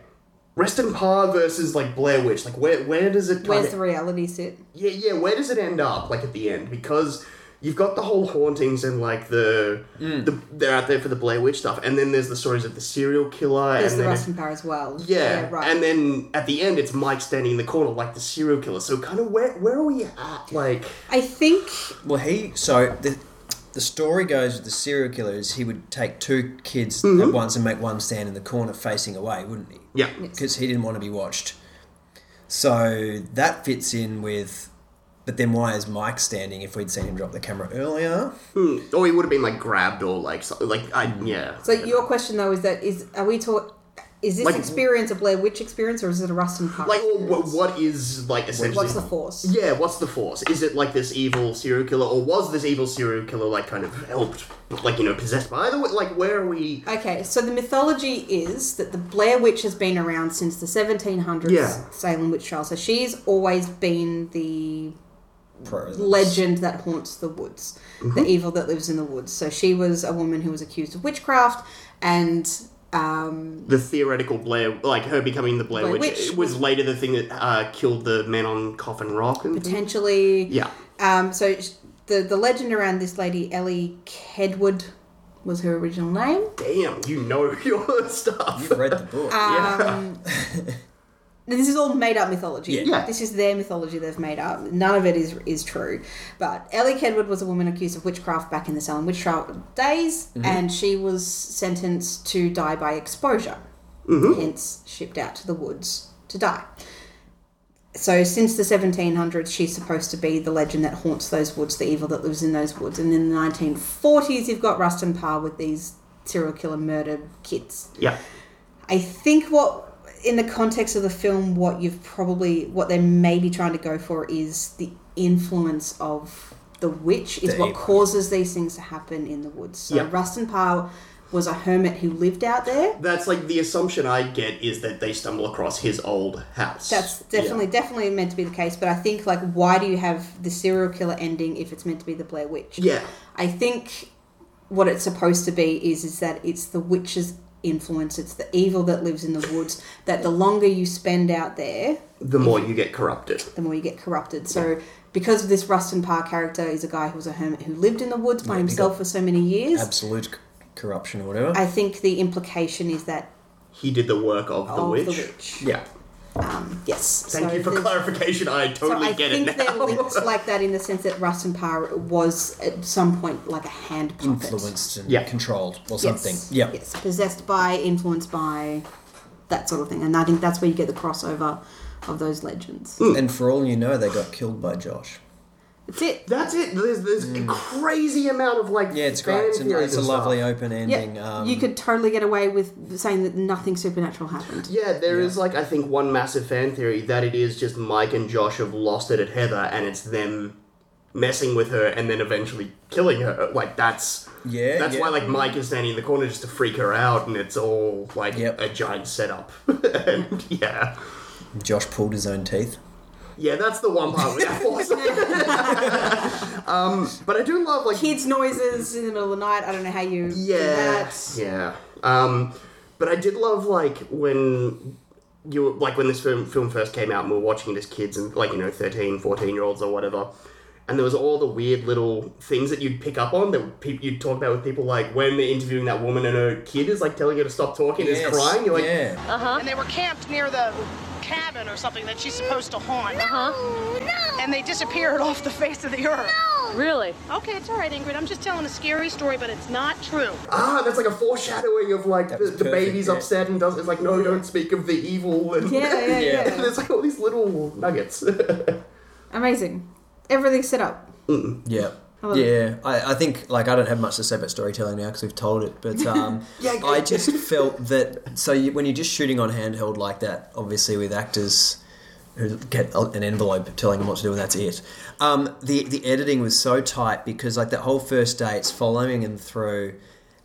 Speaker 2: Rest in Par versus like Blair Witch. Like where where does it kind
Speaker 3: Where's the reality sit?
Speaker 2: yeah yeah where does it end up like at the end because you've got the whole hauntings and like the,
Speaker 3: Mm.
Speaker 2: the they're out there for the Blair Witch stuff and then there's the stories of the serial killer
Speaker 3: There's
Speaker 2: and
Speaker 3: the
Speaker 2: then
Speaker 3: Rust and Power as well.
Speaker 2: yeah, and then at the end it's Mike standing in the corner like the serial killer so kind of where where are we at like
Speaker 3: I think
Speaker 1: Well, he so the the story goes with the serial killer is he would take two kids at once and make one stand in the corner facing away, wouldn't he?
Speaker 2: Mm-hmm. yeah
Speaker 1: Because he didn't want to be watched. So that fits in with. But then why is Mike standing if we'd seen him drop the camera earlier?
Speaker 2: Hmm. or he would have been like grabbed or like so, like I yeah
Speaker 3: so. Your question though is that is are we taught? Is this
Speaker 2: Like-
Speaker 3: experience a Blair Witch experience or is it a Rust and Power?
Speaker 2: like or what, what is like essentially
Speaker 3: What's the force?
Speaker 2: yeah what's the force is it like this evil serial killer or was this evil serial killer like kind of helped like you know possessed by the like where are we
Speaker 3: Okay, so the mythology is that the Blair Witch has been around since the 1700s
Speaker 2: Yeah.
Speaker 3: Salem witch trial. So she's always been the
Speaker 1: Pro-
Speaker 3: legend that haunts the woods,
Speaker 2: Mm-hmm.
Speaker 3: the evil that lives in the woods. So she was a woman who was accused of witchcraft, and um,
Speaker 2: the theoretical Blair, like her becoming the Blair,
Speaker 3: Blair
Speaker 2: Witch,
Speaker 3: Witch.
Speaker 2: was later the thing that uh, killed the men on Coffin Rock. And things.
Speaker 3: potentially,
Speaker 2: yeah,
Speaker 3: Um, so sh- the the legend around this lady Ellie Kedwood was her original name.
Speaker 2: damn, you know *laughs* your stuff.
Speaker 1: You've read the book.
Speaker 3: Um, this is all made up mythology.
Speaker 1: Yeah.
Speaker 2: Yeah.
Speaker 3: This is their mythology they've made up. None of it is is true. But Ellie Kedwood was a woman accused of witchcraft back in the Salem witch trial days,
Speaker 1: Mm-hmm.
Speaker 3: and she was sentenced to die by exposure.
Speaker 1: Mm-hmm.
Speaker 3: Hence, shipped out to the woods to die. So, since the 1700s, she's supposed to be the legend that haunts those woods, the evil that lives in those woods. And in the 1940s, you've got Rustin Parr with these serial killer murder kids.
Speaker 2: Yeah.
Speaker 3: I think what in the context of the film, what you've probably what they may be trying to go for is the influence of the witch is
Speaker 11: The
Speaker 3: what
Speaker 11: evil.
Speaker 3: causes these things to happen in the woods. So
Speaker 2: Yeah.
Speaker 3: Rustin Powell was a hermit who lived out there.
Speaker 2: That's like the assumption I get is that they stumble across his old house.
Speaker 3: That's definitely definitely meant to be the case, but I think like why do you have the serial killer ending if it's meant to be the Blair Witch?
Speaker 2: Yeah.
Speaker 3: I think what it's supposed to be is is that it's the witch's influence, it's the evil that lives in the woods, that the longer you spend out there,
Speaker 2: The more you get corrupted.
Speaker 3: the more you get corrupted. So because of this Rustin Parr character is a guy who was a hermit who lived in the woods by
Speaker 1: Yeah, he
Speaker 3: himself
Speaker 1: got-
Speaker 3: for so many years.
Speaker 1: Absolute c- corruption or whatever.
Speaker 3: I think the implication is that
Speaker 2: He did the work of the,
Speaker 3: Of the
Speaker 2: witch.
Speaker 3: witch.
Speaker 1: Yeah.
Speaker 3: um, yes.
Speaker 2: Thank
Speaker 3: so
Speaker 2: you for
Speaker 3: there's-
Speaker 2: clarification. I totally
Speaker 3: so I
Speaker 2: get
Speaker 3: think
Speaker 2: it now. *laughs*
Speaker 3: they're linked like that in the sense that Rustin Parr was at some point like a hand puppet.
Speaker 1: Influenced and controlled or
Speaker 3: Yes.
Speaker 1: something. Yeah.
Speaker 3: Yes, possessed by, influenced by, that sort of thing. And I think that's where you get the crossover of those legends.
Speaker 2: Mm. Hmm.
Speaker 1: And for all you know, they got killed by Josh.
Speaker 3: That's it.
Speaker 2: That's it. There's there's a crazy amount of like.
Speaker 1: Mm. Yeah, it's great. It's a, it's a lovely open ending.
Speaker 3: Yeah,
Speaker 1: Um,
Speaker 3: you could totally get away with saying that nothing supernatural happened.
Speaker 2: Yeah, there is like I think one massive fan theory that it is just Mike and Josh have lost it at Heather, and it's them messing with her and then eventually killing her. Like that's
Speaker 1: Yeah,
Speaker 2: That's
Speaker 1: yeah.
Speaker 2: why like Mike is standing in the corner just to freak her out, and it's all like a giant setup. *laughs* and yeah,
Speaker 1: Josh pulled his own teeth.
Speaker 2: yeah, that's the one part. Where
Speaker 1: *laughs*
Speaker 2: *laughs* um, but I do love like
Speaker 3: kids' noises in the middle of the night. I don't know how you. do
Speaker 2: Yeah.
Speaker 3: that.
Speaker 2: Yeah. Um, but I did love like when you were, like when this film, film first came out and we were watching it as kids and like you know 13 14 year olds or whatever and there was all the weird little things that you'd pick up on that peop you'd talk about with people like when they're interviewing that woman and her kid is like telling her to stop talking
Speaker 1: Yes,
Speaker 2: is crying you're like
Speaker 12: Uh-huh. And they were camped near the cabin or something that she's supposed to haunt.
Speaker 6: Oh,
Speaker 12: Uh-huh. No. And they disappeared off the face of the earth. No.
Speaker 6: Really?
Speaker 12: Okay, it's all right, Ingrid. I'm just telling a scary story, but it's not true.
Speaker 2: ah that's like a foreshadowing of like the, the baby's upset and does it's like no don't speak of the evil *laughs* and
Speaker 3: Yeah, yeah, Yeah. yeah.
Speaker 2: there's like all these little nuggets *laughs*
Speaker 3: Amazing. Everything's set up.
Speaker 1: Yeah.
Speaker 3: I love
Speaker 1: Yeah, I, I think like I don't have much to say about storytelling now because we've told it, but um,
Speaker 3: Yeah, go-
Speaker 1: I just felt that so you, when you're just shooting on handheld like that, obviously with actors who get a- an envelope telling them what to do and that's it. Um, the the editing was so tight because like that whole first day, it's following and through,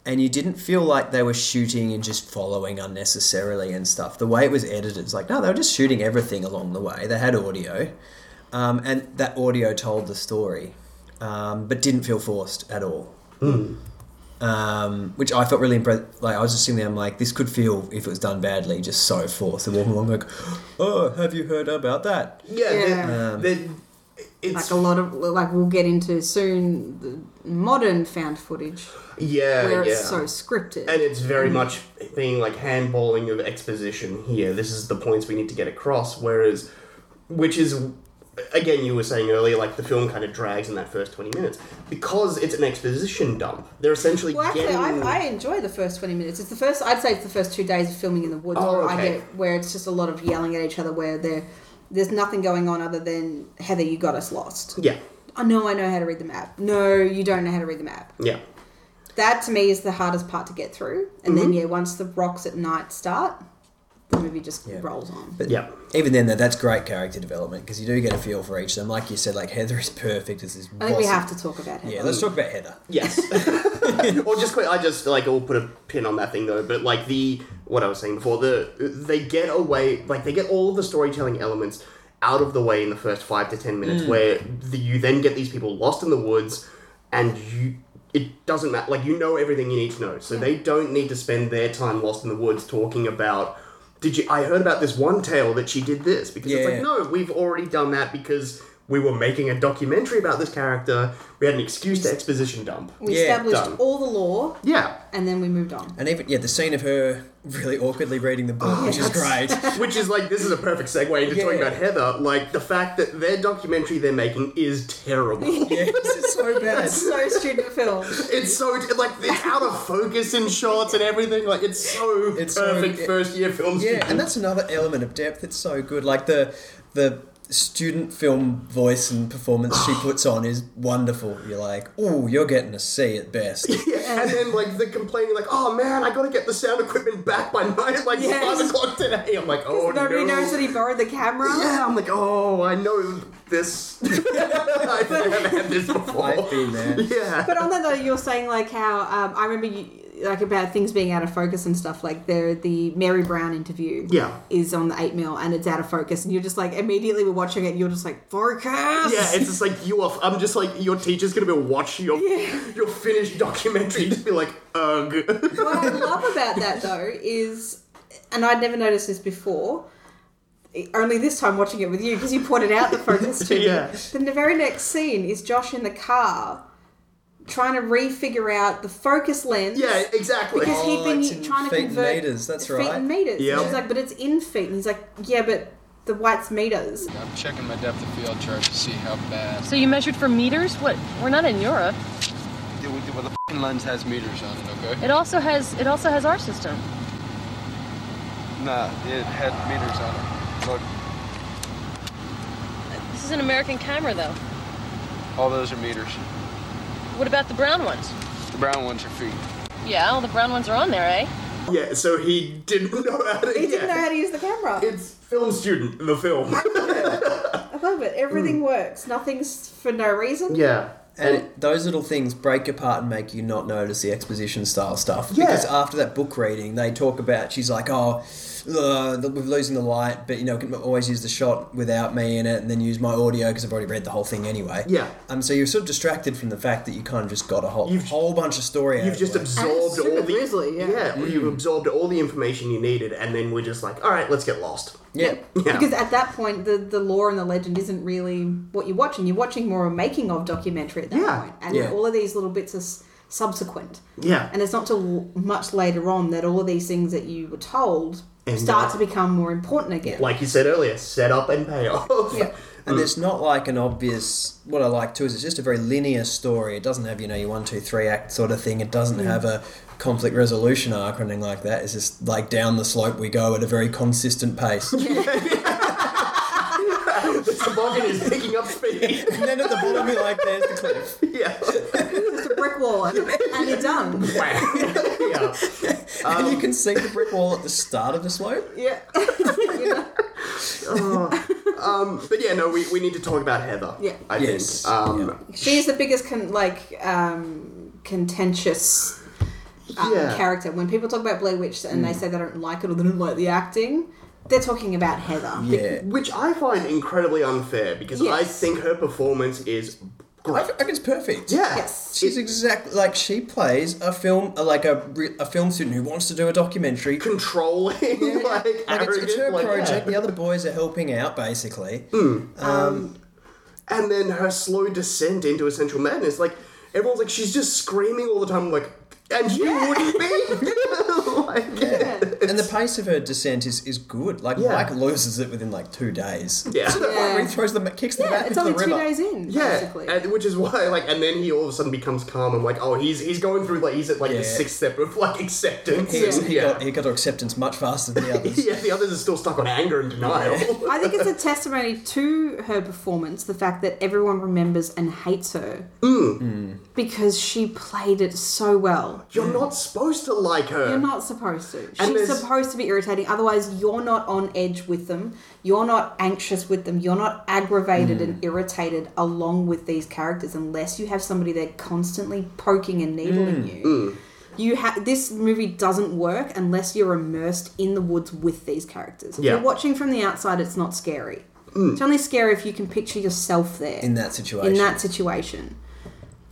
Speaker 1: and you didn't feel like they were shooting and just following unnecessarily and stuff. The way it was edited, it's like no, they were just shooting everything along the way. They had audio, um, and that audio told the story um, but didn't feel forced at all. Hmm. Um, which I felt really impressed. Like I was just sitting there, I'm like, this could feel if it was done badly, just so forced. And walking along, like, *gasps* oh, have you heard about that?
Speaker 2: Yeah,
Speaker 3: Yeah.
Speaker 1: Um,
Speaker 3: like a lot of like we'll get into soon the modern found footage
Speaker 2: Yeah,
Speaker 3: where
Speaker 2: Uh, yeah.
Speaker 3: it's so Mm. scripted
Speaker 2: and it's very much being like handballing of exposition here. This is the points we need to get across. Whereas, which is again, you were saying earlier, like the film kind of drags in that first twenty minutes because it's an exposition dump. They're essentially
Speaker 3: well actually
Speaker 2: getting.
Speaker 3: I, I enjoy the first 20 minutes it's the first i'd say it's the first two days of filming in the woods
Speaker 2: Oh,
Speaker 3: where i
Speaker 2: okay.
Speaker 3: get where it's just a lot of yelling at each other where there there's nothing going on other than heather you got us lost
Speaker 2: yeah,
Speaker 3: oh no i know how to read the map no you don't know how to read the map
Speaker 2: yeah.
Speaker 3: that to me is the hardest part to get through and
Speaker 2: Mm-hmm.
Speaker 3: then yeah once the rocks at night start the movie just rolls on
Speaker 1: But yeah. even then, though, that's great character development because you do get a feel for each of them. Like you said, like Heather is perfect as this.
Speaker 3: i think we
Speaker 1: blossom.
Speaker 3: have to talk about heather
Speaker 1: Yeah, let's talk about Heather.
Speaker 2: Yes. *laughs* or just quick, I just like I'll put a pin on that thing though. But like the what I was saying before, the they get away, like they get all of the storytelling elements out of the way in the first five to ten minutes,
Speaker 1: Mm.
Speaker 2: where the, you then get these people lost in the woods, and you it doesn't matter. Like you know everything you need to know, so they don't need to spend their time lost in the woods talking about. Did you? I heard about this one tale that she did this because it's
Speaker 1: Yeah.
Speaker 2: like no, we've already done that because. We were making a documentary about this character. We had an excuse to exposition dump.
Speaker 3: we established all the lore
Speaker 2: Yeah.
Speaker 3: and then we moved on
Speaker 1: And even yeah, the scene of her really awkwardly reading the book,
Speaker 3: Oh,
Speaker 1: which is great.
Speaker 2: *laughs*
Speaker 3: *laughs*
Speaker 2: Which is like this is a perfect segue into talking about Heather. Like the fact that their documentary they're making is terrible.
Speaker 1: it's so bad.
Speaker 3: It's so student film.
Speaker 2: It's so like it's out of focus in shots and everything. Like it's so
Speaker 1: It's so-
Speaker 2: perfect first year film.
Speaker 1: Yeah, and that's another element of depth. It's so good. Like the the student film voice and performance
Speaker 2: *sighs*
Speaker 1: she puts on is wonderful. You're like, oh, you're getting a C at best.
Speaker 2: *laughs* Yeah, and then like the complaining, like, "Oh man, I gotta get the sound equipment back by nine, like
Speaker 3: Yes.
Speaker 2: five o'clock today." I'm like, "Oh no!"
Speaker 3: Nobody knows that he borrowed the camera.
Speaker 2: Yeah, I'm like, "Oh, I know this. *laughs* I haven't had this before." I've
Speaker 1: been there.
Speaker 2: Yeah.
Speaker 3: But on that though, you're saying like how um, I remember you, like about things being out of focus and stuff. Like the the Mary Brown interview,
Speaker 2: Yeah.
Speaker 3: is on the eight mil and it's out of focus, and you're just like immediately we're watching it, you're just like focus.
Speaker 2: Yeah, it's just like you are. I'm just like your teacher's gonna be watching your your finished documentary and just be like, ugh. *laughs*
Speaker 3: what I love about that though is, and I'd never noticed this before. Only this time watching it with you because you pointed out the focus to
Speaker 2: *laughs* Yeah.
Speaker 3: me. Then the very next scene is Josh in the car trying to refigure out the focus lens.
Speaker 2: Yeah, exactly.
Speaker 3: Because
Speaker 2: Oh,
Speaker 3: he'd
Speaker 2: it's
Speaker 3: been
Speaker 2: in
Speaker 3: trying to
Speaker 1: feet and
Speaker 3: convert
Speaker 1: meters, that's
Speaker 3: feet
Speaker 1: right.
Speaker 3: and meters.
Speaker 1: Yep.
Speaker 3: And she's like, but it's in feet, and he's like, yeah, but the white's meters.
Speaker 8: I'm checking my depth of field chart to see how bad.
Speaker 6: So you measured for meters? What? We're not in Europe.
Speaker 8: Dude, we- well, the f***ing lens has meters on it, okay?
Speaker 6: It also has it also has our system.
Speaker 8: Nah, it had meters on it. Look,
Speaker 6: This is an American camera though.
Speaker 8: all those are meters.
Speaker 6: What about the brown ones?
Speaker 8: The brown ones are feet.
Speaker 6: Yeah, all the brown ones are on there, eh?
Speaker 2: Yeah, so he didn't know how to.
Speaker 3: He didn't know how to use the camera.
Speaker 2: It's film student in the film.
Speaker 3: I love it. Everything
Speaker 2: Mm.
Speaker 3: works. Nothing's for no reason.
Speaker 1: And it- those little things break apart and make you not notice the exposition style stuff.
Speaker 3: Yeah.
Speaker 1: Because after that book reading, they talk about, she's like, oh, uh, we're losing the light, but you know, can always use the shot without me in it and then use my audio because I've already read the whole thing anyway.
Speaker 2: Yeah.
Speaker 1: Um, so you're sort of distracted from the fact that you kind of just got a whole, whole bunch of story out
Speaker 2: You've
Speaker 1: of
Speaker 2: just
Speaker 1: it.
Speaker 2: absorbed all the
Speaker 3: yeah.
Speaker 2: you've absorbed all the information you needed, and then we're just like, all right, let's get lost.
Speaker 1: Yeah,
Speaker 2: yeah.
Speaker 3: Because at that point, the, the lore and the legend isn't really what you're watching. You're watching more a making of documentary at that
Speaker 2: Yeah.
Speaker 3: point. And
Speaker 2: Yeah.
Speaker 3: all of these little bits are s- subsequent.
Speaker 2: Yeah.
Speaker 3: And it's not till much later on that all of these things that you were told
Speaker 2: And
Speaker 3: start
Speaker 2: not-
Speaker 3: to become more important again.
Speaker 2: like you said earlier, set up and pay off. Hmm.
Speaker 1: And it's not like an obvious. What I like too is it's just a very linear story. It doesn't have you know your one two three act sort of thing. It doesn't
Speaker 2: Mm.
Speaker 1: have a conflict resolution arc or anything like that. It's just like down the slope we go at a very consistent pace.
Speaker 2: the toboggan is picking up
Speaker 1: *laughs*
Speaker 2: speed.
Speaker 1: and then at the bottom, you're like, there's the
Speaker 2: *laughs*
Speaker 1: cliff.
Speaker 2: Yeah.
Speaker 3: It's a brick wall, and, and you're done.
Speaker 2: *laughs*
Speaker 1: and
Speaker 2: Um,
Speaker 1: you can see the brick wall at the start of the slope.
Speaker 3: *laughs* Yeah.
Speaker 2: Oh. um, but yeah, no, we, we need to talk about Heather.
Speaker 3: Yeah.
Speaker 2: I
Speaker 1: Yes.
Speaker 2: think. Um,
Speaker 3: She's the biggest, con- like, um, contentious um,
Speaker 2: Yeah.
Speaker 3: character. When people talk about Blair Witch and they
Speaker 2: Mm.
Speaker 3: say they don't like it or they don't like the acting, they're talking about Heather.
Speaker 2: Which I find incredibly unfair because I
Speaker 1: Yes.
Speaker 2: think her performance is
Speaker 1: I
Speaker 2: great.
Speaker 1: think it's perfect.
Speaker 2: Yeah.
Speaker 1: She's exactly like she plays a film, like a, re- a film student who wants to do a documentary,
Speaker 2: controlling, *laughs* like,
Speaker 1: it's, it's her
Speaker 2: arrogant, like,
Speaker 1: project.
Speaker 2: yeah.
Speaker 1: The other boys are helping out, basically.
Speaker 2: Um, and then her slow descent into essential madness. Like everyone's like, she's just screaming all the time. I'm like, and you wouldn't be. *laughs*
Speaker 1: and the pace of her descent is, is good. Like
Speaker 2: Yeah.
Speaker 1: Mike loses it within like two days.
Speaker 2: Yeah.
Speaker 1: So that one where he throws the kicks the
Speaker 3: Yeah,
Speaker 1: bat
Speaker 3: it's
Speaker 1: into the
Speaker 3: only two
Speaker 1: river.
Speaker 3: days in,
Speaker 2: Yeah,
Speaker 3: basically.
Speaker 2: and, which is why, like, and then he all of a sudden becomes calm. I'm like, oh, he's he's going through like he's at like
Speaker 1: Yeah.
Speaker 2: the sixth step of like acceptance.
Speaker 1: He,
Speaker 2: and-
Speaker 1: he
Speaker 2: yeah.
Speaker 1: got he got to acceptance much faster
Speaker 3: *laughs*
Speaker 1: than the others.
Speaker 2: *laughs* yeah, the others are still stuck on anger and denial.
Speaker 3: I think it's a testimony to her performance, the fact that everyone remembers and hates her because she played it so well.
Speaker 2: *laughs* You're not supposed to like her.
Speaker 3: You're not supposed to.
Speaker 2: And
Speaker 3: She's
Speaker 2: there's-
Speaker 3: supposed to be irritating. Otherwise, you're not on edge with them. You're not anxious with them. You're not aggravated
Speaker 1: Mm.
Speaker 3: and irritated along with these characters unless you have somebody there constantly poking and needling
Speaker 1: Mm.
Speaker 3: you. You ha- this movie doesn't work unless you're immersed in the woods with these characters. If
Speaker 1: Yeah.
Speaker 3: you're watching from the outside, it's not scary.
Speaker 1: Mm.
Speaker 3: It's only scary if you can picture yourself there
Speaker 1: In that situation.
Speaker 3: In that situation,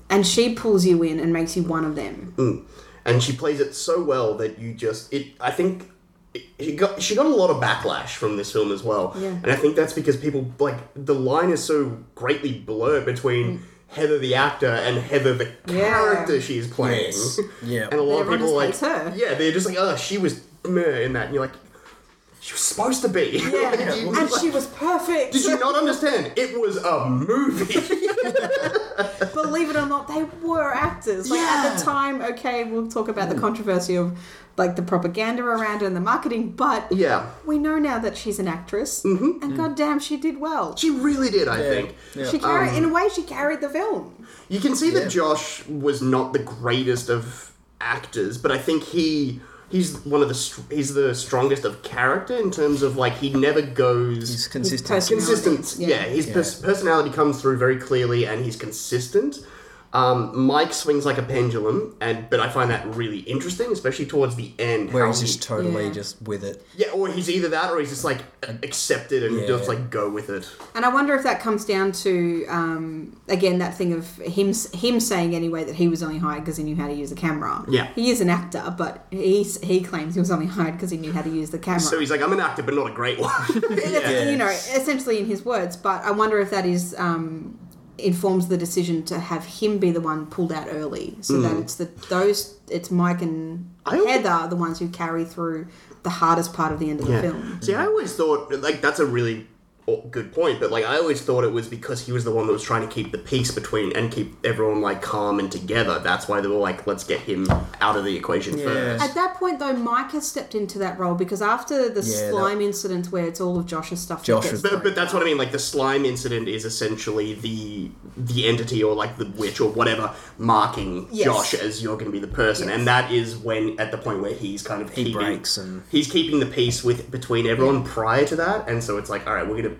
Speaker 3: and she pulls you in and makes you one of them.
Speaker 2: Mm. And she plays it so well that you just it. I think it, she got she got a lot of backlash from this film as well.
Speaker 3: Yeah.
Speaker 2: And I think that's because people like the line is so greatly blurred between Heather the actor and Heather the
Speaker 3: Mm. Yeah.
Speaker 2: character she's playing.
Speaker 1: Yes. Yeah.
Speaker 2: *laughs* And a lot
Speaker 3: Everyone
Speaker 2: of people
Speaker 3: just
Speaker 2: like yeah, they're just like oh she was meh in that, and you're like she was supposed to be. *laughs*
Speaker 3: Yeah,
Speaker 2: Like, you-
Speaker 3: and
Speaker 2: like,
Speaker 3: she was perfect. *laughs*
Speaker 2: Did you not understand? It was a movie. *laughs*
Speaker 3: Believe it or not they were actors. Like at the time, okay, we'll talk about
Speaker 2: Hmm.
Speaker 3: the controversy of like the propaganda around her and the marketing, but
Speaker 2: Yeah.
Speaker 3: we know now that she's an actress, mm-hmm. and goddamn, she did well.
Speaker 2: She really did, I Yeah. think. Yeah.
Speaker 3: She carried,
Speaker 2: Um,
Speaker 3: in a way, she carried the film.
Speaker 2: You can see that Josh was not the greatest of actors, but I think he he's one of the str- he's the strongest of character in terms of like he never goes he's
Speaker 1: consistent. His personality,
Speaker 2: consistent. Yeah,
Speaker 1: yeah.
Speaker 2: his Pers- personality comes through very clearly, and he's consistent. Um, Mike swings like a pendulum, and but I find that really interesting, especially towards the end.
Speaker 1: Where
Speaker 2: how
Speaker 1: he's
Speaker 2: he-
Speaker 1: just totally just with it.
Speaker 2: yeah, or he's either that, or he's just like accepted and
Speaker 1: Yeah.
Speaker 2: just like go with it.
Speaker 3: And I wonder if that comes down to um, again that thing of him him saying anyway that he was only hired because he knew how to use a camera.
Speaker 2: Yeah.
Speaker 3: he is an actor, but he he claims he was only hired because he knew how to use the camera.
Speaker 2: So he's like, I'm an actor, but not a great one.
Speaker 1: *laughs*
Speaker 2: Yeah.
Speaker 3: you know, essentially in his words. But I wonder if that is um, informs the decision to have him be the one pulled out early, so that
Speaker 2: Mm.
Speaker 3: it's the those it's Mike and Heather are the ones who carry through the hardest part of the end of the film.
Speaker 2: See, I always thought like that's a really o- good point, but like I always thought it was because he was the one that was trying to keep the peace between and keep everyone like calm and together. That's why they were like, let's get him out of the equation first.
Speaker 3: At that point, though, Mike has stepped into that role because after the
Speaker 2: Yeah,
Speaker 3: slime incident, where it's all of Josh's stuff, that gets
Speaker 2: but, but that's what I mean. Like the slime incident is essentially the the entity or like the witch or whatever marking
Speaker 3: Yes.
Speaker 2: Josh as you're going to be the person,
Speaker 3: Yes.
Speaker 2: and that is when at the point where he's kind of
Speaker 1: He
Speaker 2: keeping,
Speaker 1: breaks and-
Speaker 2: he's keeping the peace with between everyone prior to that, and so it's like, all right, we're going to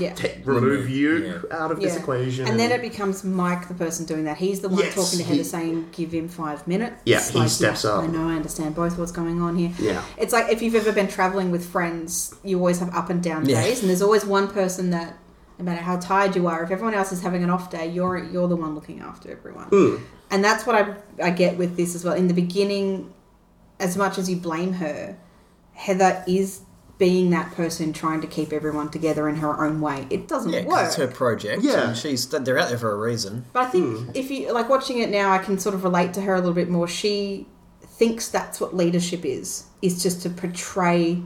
Speaker 3: yeah.
Speaker 2: ta- remove you out of this
Speaker 3: Yeah.
Speaker 2: equation.
Speaker 3: and then it becomes Mike the person doing that. He's the one
Speaker 2: Yes,
Speaker 3: talking to
Speaker 2: he-
Speaker 3: Heather, saying, "Give him five minutes."
Speaker 2: Yeah, he steps
Speaker 3: "No,
Speaker 2: up.
Speaker 3: I know, I understand both what's going on here.
Speaker 2: Yeah.
Speaker 3: it's like if you've ever been traveling with friends, you always have up and down
Speaker 2: Yeah.
Speaker 3: days, and there's always one person that, no matter how tired you are, if everyone else is having an off day, you're you're the one looking after everyone.
Speaker 2: Mm.
Speaker 3: And that's what I I get with this as well. In the beginning, as much as you blame her, Heather is being that person trying to keep everyone together in her own way. It doesn't
Speaker 1: Yeah, 'cause
Speaker 3: work.
Speaker 1: it's her project.
Speaker 3: Yeah.
Speaker 1: and she's they're out there for a reason.
Speaker 3: But I think
Speaker 2: Hmm.
Speaker 3: if you like watching it now, I can sort of relate to her a little bit more. She thinks that's what leadership is: is just to portray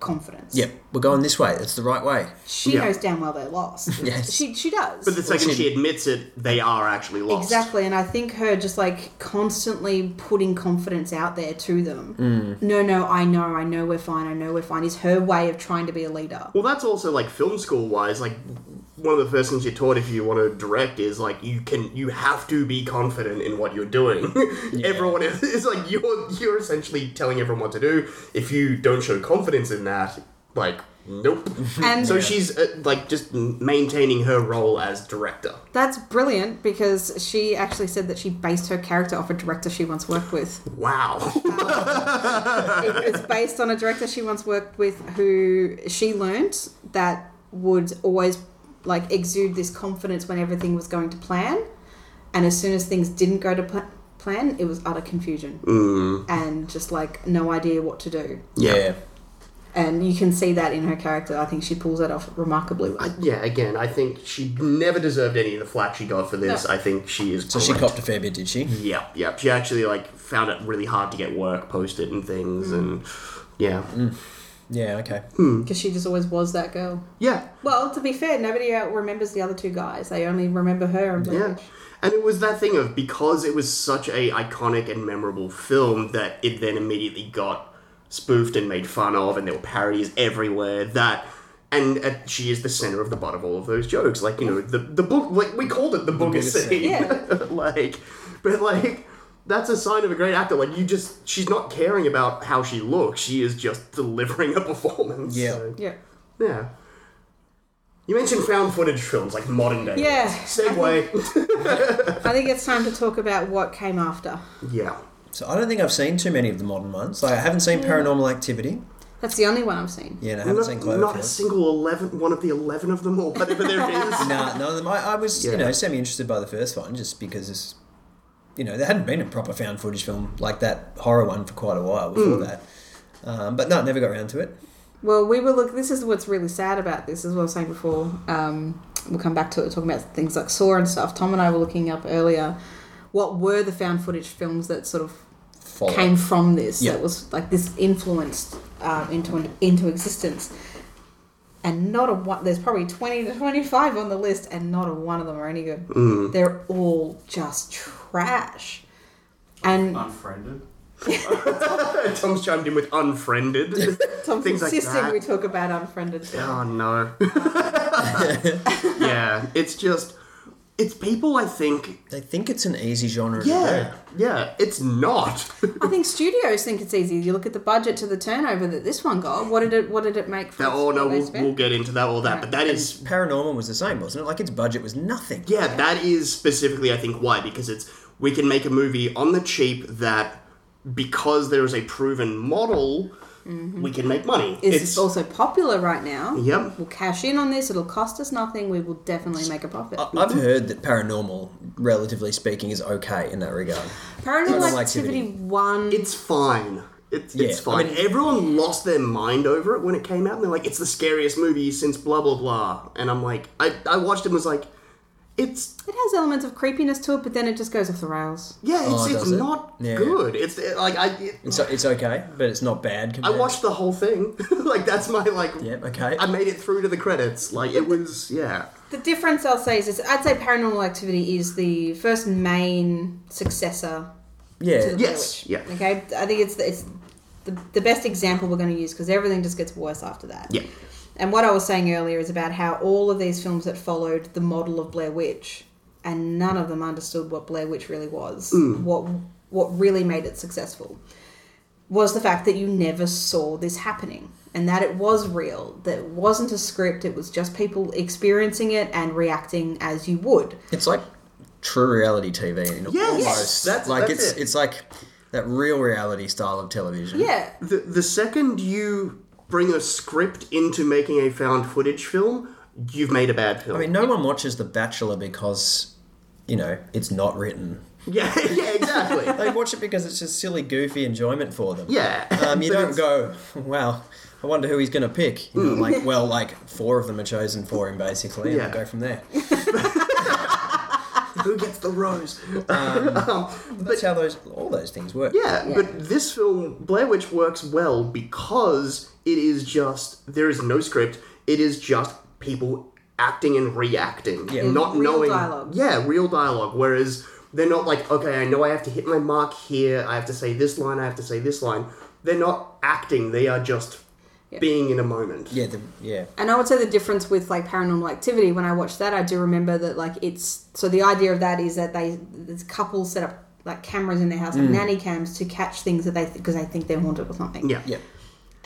Speaker 3: confidence.
Speaker 1: Yep, we're going this way. It's the right way.
Speaker 3: She knows damn well
Speaker 2: *laughs*
Speaker 3: they're lost.
Speaker 1: Yes.
Speaker 3: she she does.
Speaker 2: But the second she admits it, they are actually lost.
Speaker 3: exactly, and I think her just like constantly putting confidence out there to them.
Speaker 2: Mm.
Speaker 3: No, no, I know, I know, we're fine, I know, we're fine. Is her way of trying to be a
Speaker 2: *laughs*
Speaker 3: leader.
Speaker 2: Well, that's also like film school wise. Like one of the first things you're taught if you want to direct is like you can you have to be confident in what you're doing. *laughs* everyone is it's like you're you're essentially telling everyone what to do. If you don't show confidence in that, like *laughs* nope.
Speaker 3: And-
Speaker 2: so
Speaker 3: Yeah.
Speaker 2: she's uh, like just maintaining her role as director.
Speaker 3: That's brilliant because she actually said that she based her character off a director she once worked with.
Speaker 2: Wow.
Speaker 3: it was based on a director she once worked with who she learnt that would always like exude this confidence when everything was going to plan and as soon as things didn't go to pl- plan it was utter confusion
Speaker 1: Mm.
Speaker 3: and just like no idea what to do
Speaker 1: Yeah.
Speaker 3: and you can see that in her character i think she pulls that off remarkably well
Speaker 2: Yeah, again, I think she never deserved any of the flack she got for this.
Speaker 3: No.
Speaker 2: I think she is.
Speaker 1: So she copped a fair bit, did she?
Speaker 2: Yeah, yeah. She actually like found it really hard to get work posted and things, and yeah,
Speaker 1: Mm. yeah, okay.
Speaker 3: because she just always was that girl
Speaker 2: yeah
Speaker 3: well to be fair nobody out remembers the other two guys they only remember her and
Speaker 2: yeah. And it was that thing of because it was such a iconic and memorable film that it then immediately got spoofed and made fun of, and there were parodies everywhere. That. And uh, she is the center of the butt of all of those jokes. Like, you know, the, the book, like, we called it the booger
Speaker 1: booger
Speaker 2: scene.
Speaker 1: scene.
Speaker 2: *laughs* like, but, like, that's a sign of a great actor. Like, you just, she's not caring about how she looks. She is just delivering a performance. Yeah.
Speaker 3: yeah
Speaker 2: Yeah. You mentioned found footage films, like modern day.
Speaker 3: Yeah.
Speaker 2: Segway.
Speaker 3: I think it's time to talk about what came after.
Speaker 2: Yeah.
Speaker 1: So I don't think I've seen too many of the modern ones. Like I haven't seen
Speaker 3: Yeah.
Speaker 1: Paranormal Activity.
Speaker 3: That's the only one I've seen.
Speaker 1: Yeah, and I haven't
Speaker 2: not,
Speaker 1: seen Cloverfield.
Speaker 2: not a single eleven, one of the eleven of them, or whatever there is.
Speaker 1: nah, none of them. I, I was,
Speaker 2: Yeah.
Speaker 1: you know, semi interested by the first one just because it's, you know, there hadn't been a proper found footage film like that horror one for quite a while
Speaker 2: Hmm.
Speaker 1: before
Speaker 3: Mm.
Speaker 1: that. Um, but no, never got around to it.
Speaker 3: Well, we were look. This is what's really sad about this, as I was saying before. Um, we'll come back to it, talking about things like Saw and stuff. Tom and I were looking up earlier what were the found footage films that sort of
Speaker 1: Follow.
Speaker 3: came from this. uh,
Speaker 1: Yeah.
Speaker 3: That was like this influenced um, into into existence. and not a one. There's probably twenty to twenty-five on the list, and not a one of them are any good.
Speaker 2: Mm.
Speaker 3: They're all just trash. And
Speaker 2: Unfriended. Tom's chimed in with unfriended.
Speaker 3: Tom's
Speaker 2: Things like
Speaker 3: insisting
Speaker 2: that.
Speaker 3: we talk about unfriended.
Speaker 2: Oh no. *laughs* yeah, it's just it's people I think
Speaker 1: they think it's an easy genre. to
Speaker 2: Yeah. Yeah, it's not.
Speaker 3: I think studios think it's easy. You look at the budget to the turnover that this one got. What did it? What did it make? For
Speaker 2: That, oh no,
Speaker 3: what they
Speaker 2: we'll,
Speaker 3: spent?
Speaker 2: we'll get into that all that, but that is
Speaker 1: paranormal was the same, wasn't it? Like its budget was nothing.
Speaker 2: Yeah, that is specifically I think why because it's we can make a movie on the cheap that because there is a proven model
Speaker 3: Mhm.
Speaker 2: we can make money.
Speaker 3: Is
Speaker 2: it's
Speaker 3: also popular right now?
Speaker 2: Yep.
Speaker 3: We'll cash in on this. It'll cost us nothing. We will definitely make a profit.
Speaker 2: Uh,
Speaker 1: I've heard that paranormal, relatively speaking, is okay in that regard.
Speaker 3: Paranormal Activity One.
Speaker 2: It's fine. It's,
Speaker 1: Yeah,
Speaker 2: it's
Speaker 1: I
Speaker 2: fine.
Speaker 1: mean-
Speaker 2: Everyone lost their mind over it when it came out, and they're like, "It's the scariest movie since blah blah blah." And I'm like, I, I watched it and was like, "It's
Speaker 3: It has elements of creepiness to it, but then it just goes off the rails.
Speaker 2: yeah, it's,
Speaker 1: Oh,
Speaker 2: it's
Speaker 1: does it?
Speaker 2: not
Speaker 1: Yeah.
Speaker 2: good. It's uh, like I it-
Speaker 1: It's, it's okay, but it's not bad.
Speaker 2: I
Speaker 1: Compared.
Speaker 2: watched the whole thing. *laughs* like that's my like.
Speaker 1: Yeah, okay.
Speaker 2: I made it through to the credits. Like it was yeah.
Speaker 3: The difference I'll say is, is I'd say Paranormal Activity is the first main successor.
Speaker 1: Yeah.
Speaker 3: To the
Speaker 1: Yes,
Speaker 3: Blair Witch.
Speaker 1: yeah.
Speaker 3: Okay. I think it's the, it's the, the best example we're going to use because everything just gets worse after that.
Speaker 2: Yeah.
Speaker 3: And what I was saying earlier is about how all of these films that followed the model of Blair Witch, and none of them understood what Blair Witch really was,
Speaker 11: Mm.
Speaker 3: what what really made it successful, was the fact that you never saw this happening, and that it was real, that it wasn't a script, it was just people experiencing it and reacting as you would.
Speaker 1: It's like true reality TV. In
Speaker 3: Yes,
Speaker 1: almost.
Speaker 2: that's-
Speaker 1: like
Speaker 2: that's
Speaker 1: it's
Speaker 2: it.
Speaker 1: it's like that real reality style of television.
Speaker 2: The the second you bring a script into making a found footage film, you've made a bad film.
Speaker 1: I mean, no one watches The Bachelor because you know it's not written.
Speaker 2: *laughs* Yeah, yeah,
Speaker 1: *laughs*
Speaker 2: exactly.
Speaker 3: *laughs*
Speaker 1: they watch it because it's just silly, goofy enjoyment for them.
Speaker 2: Yeah.
Speaker 1: Um, you
Speaker 2: But
Speaker 1: don't go, wow. I wonder who he's going to pick. You know,
Speaker 2: Mm.
Speaker 3: *laughs*
Speaker 1: like, well, like four of them are chosen for him, basically, and
Speaker 2: Yeah.
Speaker 1: yeah. go from there.
Speaker 2: Who gets the rose?
Speaker 1: Um, that's how those all those things work.
Speaker 2: Yeah, but this film, Blair Witch, works well because it is just there is no script. It is just people acting and reacting,
Speaker 1: Yeah.
Speaker 2: not
Speaker 1: Real
Speaker 2: knowing.
Speaker 1: dialogue.
Speaker 2: Yeah, real dialogue. Whereas they're not like, okay, I know I have to hit my mark here. I have to say this line. I have to say this line. They're not acting. They are just
Speaker 3: Yeah.
Speaker 2: being in a moment.
Speaker 1: Yeah, yeah.
Speaker 3: And I would say the difference with like paranormal activity when I watched that, I do remember that like it's so the idea of that is that they this couple set up like cameras in their house, like
Speaker 1: Mm.
Speaker 3: nanny cams, to catch things that they because they think they're haunted or something.
Speaker 2: Yeah.
Speaker 1: Yeah.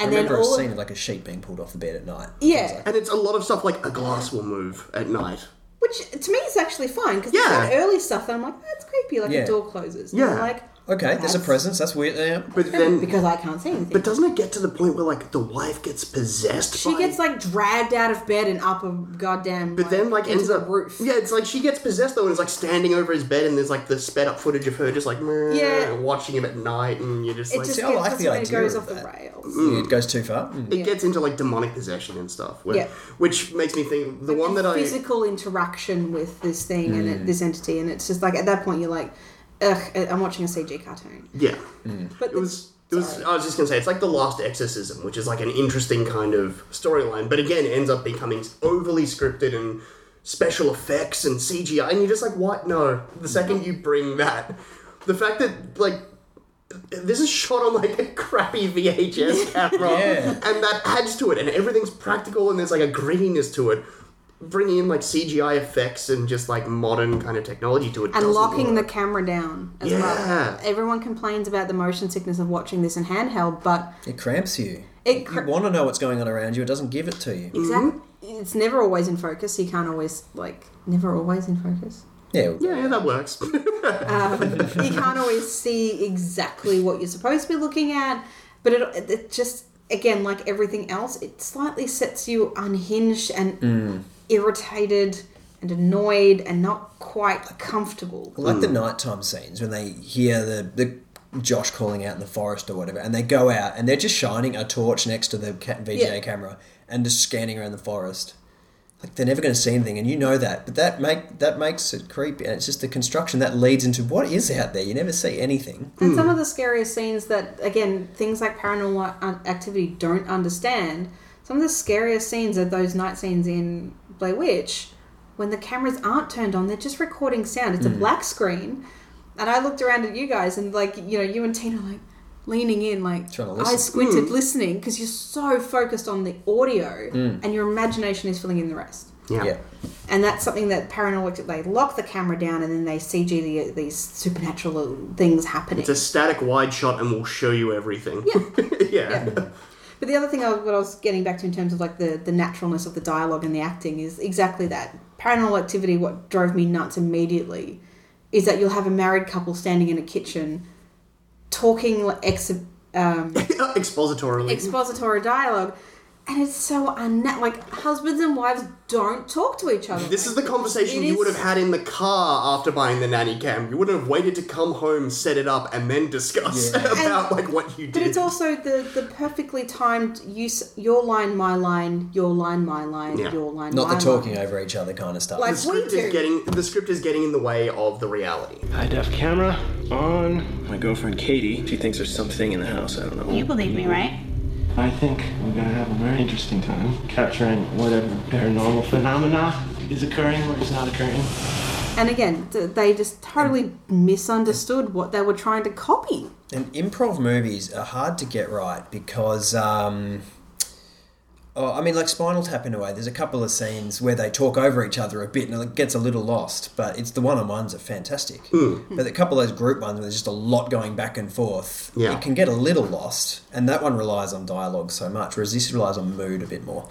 Speaker 1: I
Speaker 3: And then
Speaker 1: remember
Speaker 3: all
Speaker 1: a
Speaker 3: of-
Speaker 1: scene of like a sheep being pulled off the bed at night.
Speaker 3: Yeah,
Speaker 2: And it's a lot of stuff like a glass will move at night.
Speaker 3: which to me is actually fine because
Speaker 2: Yeah.
Speaker 3: that early stuff that I'm like that's creepy, like
Speaker 2: Yeah.
Speaker 3: a door closes. And
Speaker 2: Yeah.
Speaker 3: I'm like
Speaker 1: Okay, there's a
Speaker 3: That's-
Speaker 1: presence. That's weird. Yeah.
Speaker 3: *laughs*
Speaker 2: But then
Speaker 3: because I can't see anything.
Speaker 2: But doesn't it get to the point where like the wife gets possessed?
Speaker 3: she
Speaker 2: by-
Speaker 3: gets like dragged out of bed and up a goddamn.
Speaker 2: But then, like,
Speaker 3: into
Speaker 2: ends
Speaker 3: the
Speaker 2: up.
Speaker 3: roof.
Speaker 2: Yeah, it's like she gets possessed though, and is like standing over his bed, and there's like the sped up footage of her just like meh,
Speaker 3: Yeah.
Speaker 2: and watching him at night, and you're just
Speaker 3: It
Speaker 2: like.
Speaker 3: just See, I gets- like the that's when it idea goes of off the that. rails.
Speaker 1: Yeah, it goes too far. Mm.
Speaker 2: It
Speaker 3: Yeah.
Speaker 2: gets into like demonic possession and stuff, where,
Speaker 3: Yeah.
Speaker 2: which makes me think the one that I
Speaker 3: physical interaction with this thing and it,
Speaker 2: Mm.
Speaker 3: this entity, and it's just like at that point you're like, ugh, I'm watching a CG cartoon.
Speaker 2: yeah.
Speaker 3: But
Speaker 2: it was it was I was just gonna say it's like the Last Exorcism, which is like an interesting kind of storyline, but again ends up becoming overly scripted and special effects and CGI, and you're just like, what? No. The second you bring that, the fact that like. This is shot on like a crappy VHS camera,
Speaker 1: Yeah.
Speaker 2: and that adds to it. And everything's practical, and there's like a graininess to it. Bringing in like CGI effects and just like modern kind of technology to it,
Speaker 3: And
Speaker 2: doesn't
Speaker 3: locking
Speaker 2: work.
Speaker 3: the camera down as
Speaker 2: Yeah.
Speaker 3: well. Everyone complains about the motion sickness of watching this in handheld, but
Speaker 1: It cramps you.
Speaker 3: It cr-
Speaker 1: you want to know what's going on around you. It doesn't give it to you.
Speaker 3: exactly, it's never always in focus. You can't always like never always in focus.
Speaker 1: Yeah.
Speaker 2: Yeah, yeah, that works. *laughs*
Speaker 3: Um, *laughs* you can't always see exactly what you're supposed to be looking at, but it, it just again like everything else, it slightly sets you unhinged and
Speaker 1: Mm.
Speaker 3: irritated and annoyed and not quite comfortable.
Speaker 1: Well, Like the nighttime scenes when they hear the, the Josh calling out in the forest or whatever, and they go out and they're just shining a torch next to the ca- VGA
Speaker 3: Yeah.
Speaker 1: camera and just scanning around the forest. Like they're never going to see anything, and you know that. But that make that makes it creepy, and it's just the construction that leads into what is out there. You never see anything.
Speaker 3: And
Speaker 11: Hmm.
Speaker 3: some of the scariest scenes that, again, things like paranormal a- activity don't understand. some of the scariest scenes are those night scenes in Blair Witch when the cameras aren't turned on, they're just recording sound. It's a
Speaker 11: Mm.
Speaker 3: black screen. And I looked around at you guys and like, you know, you and Tina like leaning in, like
Speaker 11: Trying to
Speaker 3: I
Speaker 11: listen.
Speaker 3: squinted
Speaker 11: Mm.
Speaker 3: listening because you're so focused on the audio
Speaker 11: Mm.
Speaker 3: and your imagination is filling in the rest.
Speaker 2: Yeah.
Speaker 3: And that's something that paranormal they lock the camera down and then they CG the, these supernatural things happening.
Speaker 2: It's a static wide shot and we'll show you everything. *laughs* yeah.
Speaker 3: But the other thing I, what I was getting back to in terms of like the, the naturalness of the dialogue and the acting is exactly that. Paranormal activity, what drove me nuts immediately is that you'll have a married couple standing in a kitchen talking like ex, um,
Speaker 2: *laughs* Expositorily.
Speaker 3: expository dialogue and it's so unnat. Like husbands and wives don't talk to each other.
Speaker 2: This is the conversation
Speaker 3: It
Speaker 2: you would
Speaker 3: is-
Speaker 2: have had in the car after buying the nanny cam. You wouldn't have waited to come home, set it up, and then discuss *laughs* about like what you did.
Speaker 3: But it's also the, the perfectly timed use your line, my line, your line, my line,
Speaker 2: Yeah.
Speaker 3: your line,
Speaker 1: Not
Speaker 3: my
Speaker 1: the talking over each other kind of stuff.
Speaker 3: Like
Speaker 2: the script
Speaker 3: we do.
Speaker 2: is getting the script is getting in the way of the reality.
Speaker 13: High def camera on. My girlfriend Katie, she thinks there's something in the house. I don't know.
Speaker 14: You believe me, right?
Speaker 13: I think we're gonna have a very interesting time capturing whatever paranormal phenomena is occurring or is not occurring.
Speaker 3: line. And again, th- they just totally misunderstood what they were trying to copy.
Speaker 1: And improv movies are hard to get right because, um, oh, I mean, like Spinal Tap in a way. There's a couple of scenes where they talk over each other a bit, and it gets a little lost. But it's the one-on-ones are fantastic. But a couple of those group ones, where there's just a lot going back and forth.
Speaker 2: Yeah.
Speaker 1: it can get a little lost, and that one relies on dialogue so much, whereas this relies on mood a bit more.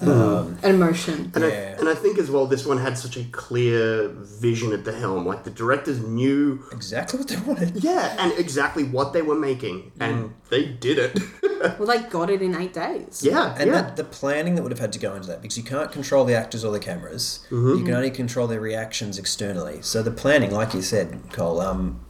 Speaker 1: Um,
Speaker 3: and emotion.
Speaker 2: And, I, and I think as well, this one had such a clear vision at the helm. Like the directors knew
Speaker 1: exactly what they wanted.
Speaker 2: Yeah, and exactly what they were making,
Speaker 3: Mm.
Speaker 2: and they did it. *laughs*
Speaker 3: well, they got it in eight days.
Speaker 1: and The, the planning that would have had to go into that because you can't control the actors or the cameras. You can only control their reactions externally. So the planning, like you said, Cole, um,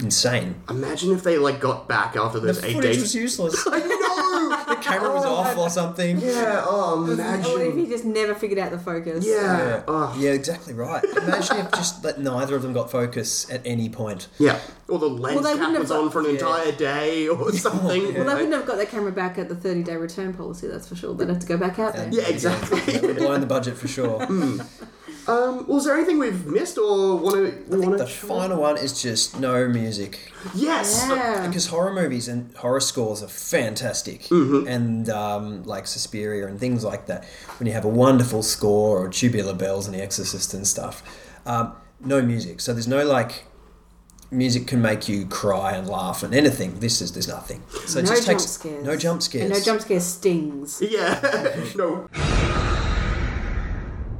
Speaker 1: insane.
Speaker 2: Imagine if they like got back after those eight
Speaker 1: footage
Speaker 2: days.
Speaker 1: was *laughs* useless.
Speaker 2: I know
Speaker 1: the camera was off or something.
Speaker 2: Yeah. Oh,
Speaker 3: Or if
Speaker 2: imagine. um,
Speaker 3: he just never figured out the focus.
Speaker 1: Yeah. Yeah, exactly right. Imagine if just that neither of them got focus at any point.
Speaker 2: Yeah. Or the lens
Speaker 3: they wouldn't
Speaker 2: cap
Speaker 3: have
Speaker 2: was
Speaker 3: got-
Speaker 2: on for an
Speaker 1: Yeah.
Speaker 2: entire day *laughs* or something.
Speaker 3: Well, they wouldn't have got their camera back at the 30 day return policy, that's for sure. They'd have to go back out there.
Speaker 2: Yeah, *laughs* exactly.
Speaker 1: That would have blown the budget for sure.
Speaker 2: Um, well, is there anything we've missed or want to? We want
Speaker 1: The final one is just no music.
Speaker 2: Yes.
Speaker 1: Because
Speaker 3: Um,
Speaker 1: horror movies and horror scores are fantastic,
Speaker 3: Mm-hmm.
Speaker 1: and um, like Suspiria and things like that. When you have a wonderful score or tubular bells and The Exorcist and stuff, um, no music. So there's no like music can make you cry and laugh and anything. This is there's nothing. So it
Speaker 3: no
Speaker 1: just
Speaker 3: jump
Speaker 1: takes
Speaker 3: scares.
Speaker 1: no jump
Speaker 3: And
Speaker 1: scares.
Speaker 3: no jump scare
Speaker 2: *laughs*
Speaker 3: stings.
Speaker 2: Yeah. *laughs* no.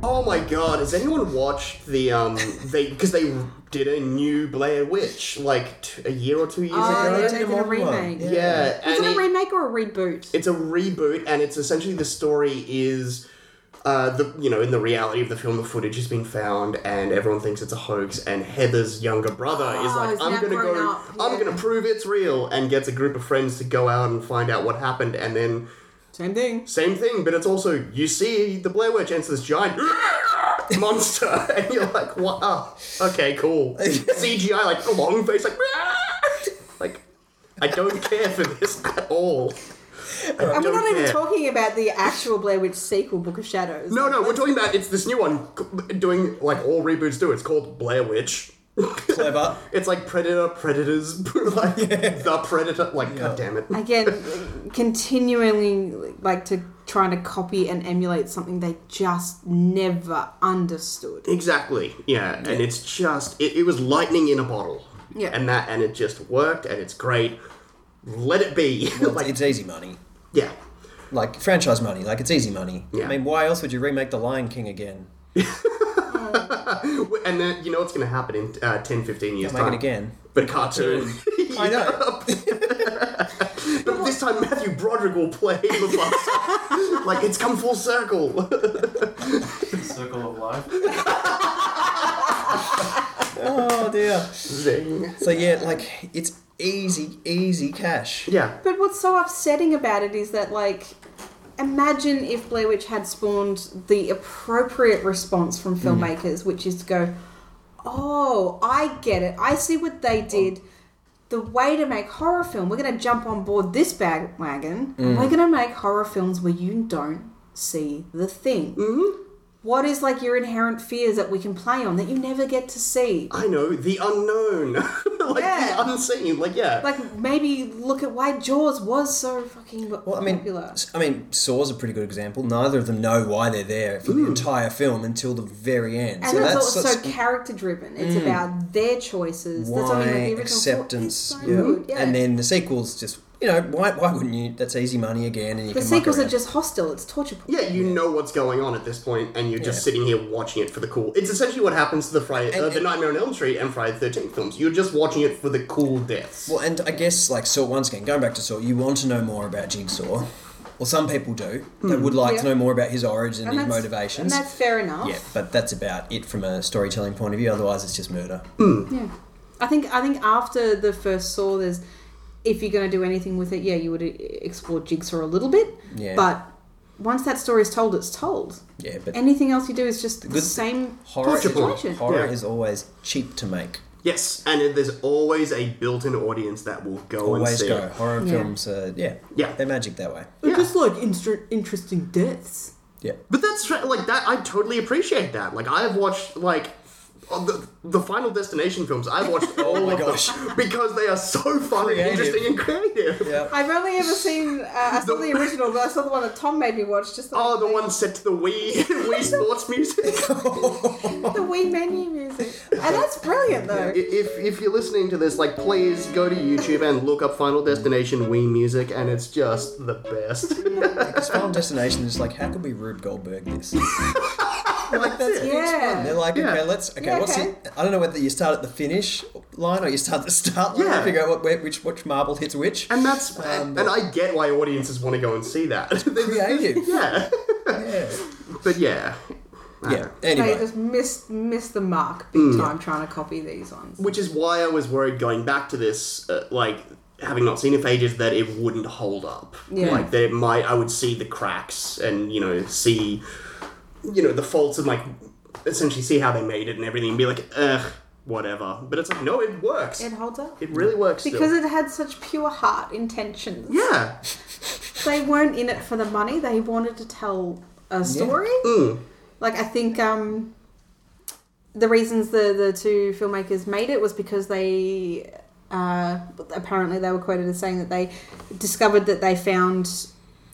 Speaker 2: Oh my god, has anyone watched the um they because they did a new Blair Witch like t- a year or two years
Speaker 3: Oh,
Speaker 2: ago?
Speaker 3: they They did did a a modern one. remake.
Speaker 2: Yeah.
Speaker 3: Yeah. Was
Speaker 2: and
Speaker 3: it a remake or a reboot?
Speaker 2: It's a reboot and it's essentially the story is uh, the you know in the reality of the film the footage has been found and everyone thinks it's a hoax and Heather's younger brother is
Speaker 3: Oh,
Speaker 2: like
Speaker 3: he's
Speaker 2: I'm
Speaker 3: now
Speaker 2: gonna
Speaker 3: grown
Speaker 2: go
Speaker 3: up,
Speaker 2: I'm gonna prove it's real and gets a group of friends to go out and find out what happened and then
Speaker 3: same thing
Speaker 2: same thing but it's also you see the Blair Witch and it's this giant *laughs* monster *laughs* and you're like what oh, okay
Speaker 3: *laughs*
Speaker 2: cool CGI like a long face like *laughs* like I don't care for this at all. I
Speaker 3: And we're
Speaker 2: don't
Speaker 3: not even
Speaker 2: care.
Speaker 3: talking about the actual Blair Witch sequel, Book of Shadows.
Speaker 2: No, no, we're talking about it's this new one c- doing like all reboots do. It's called Blair Witch.
Speaker 1: Clever.
Speaker 2: *laughs* it's like Predator, Predators, *laughs* like the Predator. Like, god damn it.
Speaker 3: Again, continually like to trying to copy and emulate something they just never understood.
Speaker 2: Exactly. Yeah, and it's just it, it was lightning in a bottle.
Speaker 3: Yeah.
Speaker 2: and that and it just worked and it's great. Let it be. *laughs*
Speaker 1: Well, it's easy money.
Speaker 2: Yeah.
Speaker 1: Like franchise money, like it's easy money.
Speaker 2: Yeah.
Speaker 1: I mean, why else would you remake The Lion King again?
Speaker 2: and then you know what's going to happen in uh, 10, 15 years.
Speaker 1: They'll make it
Speaker 2: time.
Speaker 1: again.
Speaker 2: But cartoon. *laughs*
Speaker 1: I know.
Speaker 2: but this time Matthew Broderick will play the bus. *laughs* like it's come full circle.
Speaker 13: Circle of life.
Speaker 1: oh dear.
Speaker 2: Zing.
Speaker 1: So yeah, like it's easy, easy cash.
Speaker 2: Yeah.
Speaker 3: But what's so upsetting about it is that, like, imagine if Blair Witch had spawned the appropriate response from filmmakers, which is to go, "Oh, I get it. I see what they did. the way to make horror film, we're going to jump on board this bandwagon. and
Speaker 11: Mm.
Speaker 3: We're going to make horror films where you don't see the thing. Mm-hmm. is like your inherent fears that we can play on that you never get to see?
Speaker 2: I know the unknown, *laughs* like the unseen. Like yeah,
Speaker 3: Like maybe look at why Jaws was so fucking well,
Speaker 1: I mean,
Speaker 3: popular.
Speaker 1: I mean, Saw's a pretty good example. Neither of them know why they're there for the entire film until the very end.
Speaker 3: And
Speaker 1: so
Speaker 3: that's,
Speaker 1: that's,
Speaker 3: also
Speaker 1: that's
Speaker 3: character driven. It's
Speaker 1: Mm.
Speaker 3: about their choices.
Speaker 1: why
Speaker 3: that's something that the original
Speaker 1: acceptance. yeah.
Speaker 3: good, yeah.
Speaker 1: And then the sequels just, you know, why, why wouldn't you? That's easy money again, and you
Speaker 3: The
Speaker 1: can.
Speaker 3: sequels
Speaker 1: muck
Speaker 3: are just hostile. It's torture porn.
Speaker 2: yeah. You know what's going on at this point, and you're just
Speaker 1: Yeah.
Speaker 2: sitting here watching it for the cool. It's essentially what happens to the Friday, uh, the Nightmare on Elm Street, and Friday the Thirteenth films. You're just watching it for the cool deaths.
Speaker 1: Well, and I guess like Saw once again, going back to Saw, you want to know more about Jigsaw. Well, some people do. They
Speaker 3: Hmm.
Speaker 1: would like
Speaker 3: Yeah.
Speaker 1: to know more about his origin and, his
Speaker 3: that's-
Speaker 1: motivations.
Speaker 3: And that's fair enough.
Speaker 1: yeah, but that's about it from a storytelling point of view. Otherwise, it's just murder.
Speaker 3: Yeah, I think I think after the first Saw, there's if you're going to do anything with it, yeah, you would explore Jigsaw a little bit.
Speaker 1: Yeah.
Speaker 3: But once that story is told, it's told.
Speaker 1: Yeah, but
Speaker 3: anything else you do is just the
Speaker 1: Good-
Speaker 3: same
Speaker 1: horror,
Speaker 3: situation.
Speaker 1: horror
Speaker 2: Yeah.
Speaker 1: is always cheap to make.
Speaker 2: Yes, and it- there's always a built-in audience that will go and
Speaker 1: Always
Speaker 2: see
Speaker 1: go.
Speaker 2: it.
Speaker 1: Horror
Speaker 2: Yeah.
Speaker 1: films, uh, yeah,
Speaker 2: yeah,
Speaker 1: they're magic that way.
Speaker 3: They're Just like instr- interesting deaths.
Speaker 1: Yeah.
Speaker 2: But that's right, like that. I totally appreciate that. Like I've watched like uh, the, the Final Destination films. I've
Speaker 1: *laughs*
Speaker 2: watched all
Speaker 1: Oh my
Speaker 2: of them *laughs* because they are so fun
Speaker 1: Creative.
Speaker 2: and interesting and creative.
Speaker 3: I've only ever seen uh, I saw
Speaker 1: *laughs*
Speaker 3: the original, but I saw the one that Tom made me watch. Just
Speaker 2: Oh, the one set to the
Speaker 1: *laughs*
Speaker 2: Wii *laughs* Wii sports music.
Speaker 1: Oh.
Speaker 3: the Wii
Speaker 1: *laughs*
Speaker 3: menu music, and that's brilliant though.
Speaker 2: I- If if you're listening to this, like please go to YouTube and look up Final Destination Wii music, and it's just the best.
Speaker 1: Because Final Destination is like, how could we Rube Goldberg this?
Speaker 2: *laughs* like
Speaker 1: that's
Speaker 3: Yeah.
Speaker 1: They're like, okay, let's okay.
Speaker 3: Yeah,
Speaker 1: what's
Speaker 3: okay.
Speaker 1: it? I don't know whether you start at the finish line or you start at the start line.
Speaker 2: Yeah.
Speaker 1: Figure out what where, which which marble hits which.
Speaker 2: And that's and I get why audiences want to go and see that. *laughs*
Speaker 1: creative.
Speaker 2: yeah. But yeah. I
Speaker 1: Yeah.
Speaker 2: don't know.
Speaker 3: They just missed missed the mark big
Speaker 2: Mm.
Speaker 3: time trying to copy these ones.
Speaker 2: Which is why I was worried going back to this, uh, like having not seen it for ages, that it wouldn't hold up.
Speaker 3: Yeah.
Speaker 2: Like there might, I would see the cracks and you know see, you know the faults and like essentially see how they made it and everything, and be like, ugh, whatever. But it's like no, it works.
Speaker 3: It holds up.
Speaker 2: It really works still.
Speaker 3: Because it had such pure heart intentions.
Speaker 2: Yeah.
Speaker 3: They weren't in it for the money. They wanted to tell a story.
Speaker 2: Mm.
Speaker 3: Like I think um the reasons the the two filmmakers made it was because they uh apparently they were quoted as saying that they discovered that they found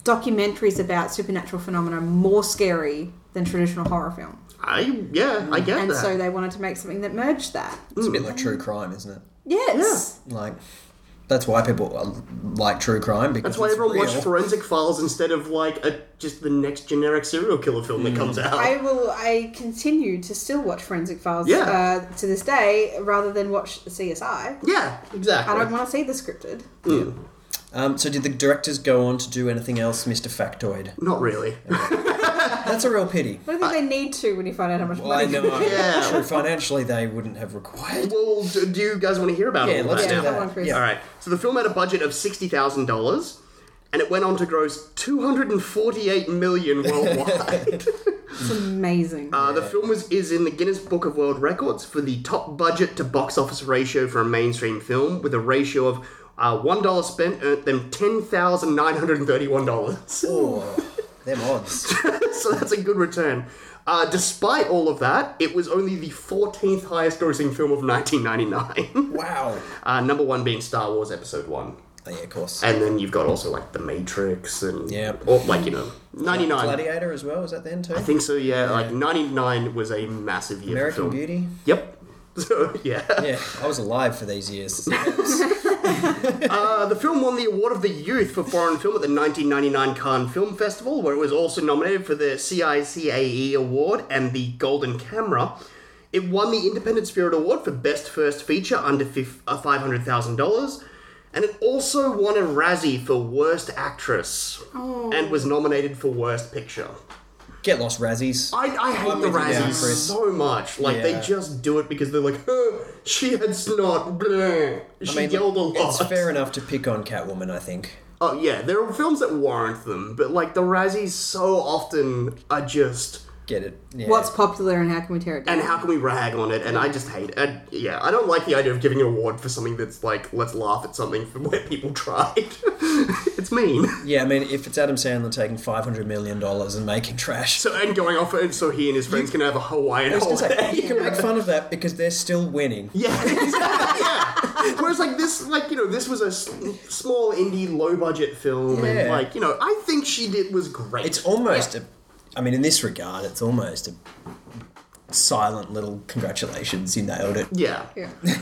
Speaker 3: documentaries about supernatural phenomena more scary than traditional horror film.
Speaker 2: I yeah, I get
Speaker 3: Mm. and
Speaker 2: that.
Speaker 3: so they wanted to make something that merged that.
Speaker 1: It's a bit like true crime, isn't it?
Speaker 3: Yes.
Speaker 1: Like that's why people uh, like true crime because
Speaker 2: That's why
Speaker 1: it's
Speaker 2: everyone
Speaker 1: real.
Speaker 2: watched Forensic Files instead of like a, just the next generic serial killer film
Speaker 1: Mm.
Speaker 2: that comes out.
Speaker 3: I will. I continue to still watch Forensic Files
Speaker 2: Yeah.
Speaker 3: uh, to this day, rather than watch the CSI.
Speaker 2: Yeah, exactly.
Speaker 3: I don't want to see the scripted.
Speaker 1: Um, so did the directors go on to do anything else, Mr.
Speaker 2: *laughs*
Speaker 1: Factoid?
Speaker 2: Not really.
Speaker 1: That's a real pity.
Speaker 3: I don't think they need to when you find out how much
Speaker 1: Well, I
Speaker 3: money.
Speaker 1: know.
Speaker 2: Yeah.
Speaker 1: Sure, financially, they wouldn't have required.
Speaker 2: Well, do, do you guys want to hear about
Speaker 1: Yeah,
Speaker 2: all
Speaker 1: let's
Speaker 2: that
Speaker 1: do
Speaker 2: now?
Speaker 1: that. Yeah, Chris.
Speaker 2: All right. So the film had a budget of sixty thousand dollars, and it went on to gross two hundred and forty-eight
Speaker 1: *laughs*
Speaker 2: million worldwide.
Speaker 3: It's amazing.
Speaker 2: uh, the film was is in the Guinness Book of World Records for the top budget to box office ratio for a mainstream film, with a ratio of uh, one dollar spent earned them ten thousand nine hundred and thirty-one dollars.
Speaker 1: Them odds.
Speaker 2: so that's a good return. Uh, despite all of that, it was only the 14th highest grossing film of 1999.
Speaker 1: Wow.
Speaker 2: *laughs* Uh, number one being Star Wars Episode 1.
Speaker 1: Oh, yeah, of course.
Speaker 2: And then you've got also like The Matrix and. Yeah. Or like, you know, 99.
Speaker 1: Gladiator as well. Was that then too?
Speaker 2: I think so, yeah. Like, 99 was a massive year
Speaker 1: American
Speaker 2: for film.
Speaker 1: Beauty.
Speaker 2: Yep. *laughs* So, yeah.
Speaker 1: Yeah, I was alive for these
Speaker 2: *laughs*
Speaker 1: years.
Speaker 2: Uh, the film won the Award of the Youth for Foreign Film at the 1999 Cannes Film Festival, where it was also nominated for the CICAE E Award and the Golden Camera. It won the Independent Spirit Award for Best First Feature under fif- uh, $500,000, and it also won a Razzie for Worst Actress
Speaker 3: Oh.
Speaker 2: and was nominated for Worst Picture.
Speaker 1: Get lost, Razzies.
Speaker 2: I, I hate
Speaker 1: I'm
Speaker 2: the
Speaker 1: with you now,
Speaker 2: Razzies
Speaker 1: Chris.
Speaker 2: so much. Like,
Speaker 1: Yeah.
Speaker 2: they just do it because they're like, *laughs* "Huh, she had snot. *laughs* bleh." She yelled a lot.
Speaker 1: It's fair enough to pick on Catwoman, I think.
Speaker 2: Oh yeah, there are films that warrant them, but like the Razzies so often are just
Speaker 1: get it. Yeah.
Speaker 3: What's popular and how can we tear it down?
Speaker 2: And how can we rag on it? And I just hate it. And yeah, I don't like the idea of giving an award for something that's like, let's laugh at something *laughs* for where people tried. *laughs* it's mean.
Speaker 1: Yeah, I mean, if it's Adam Sandler taking five hundred million dollars and making trash,
Speaker 2: So and going off, and so he and his friends can have a Hawaiian
Speaker 1: I was gonna say,
Speaker 2: *laughs*
Speaker 1: *laughs*
Speaker 2: holiday.
Speaker 1: you can make fun of that because they're still winning.
Speaker 2: *laughs* Yeah. Whereas like this, like you know, this was a s- small indie, low budget film, and
Speaker 1: Yeah.
Speaker 2: like you know, I think she did was great.
Speaker 1: It's almost a. I mean, in this regard, it's almost a silent little congratulations. You nailed it.
Speaker 2: Yeah.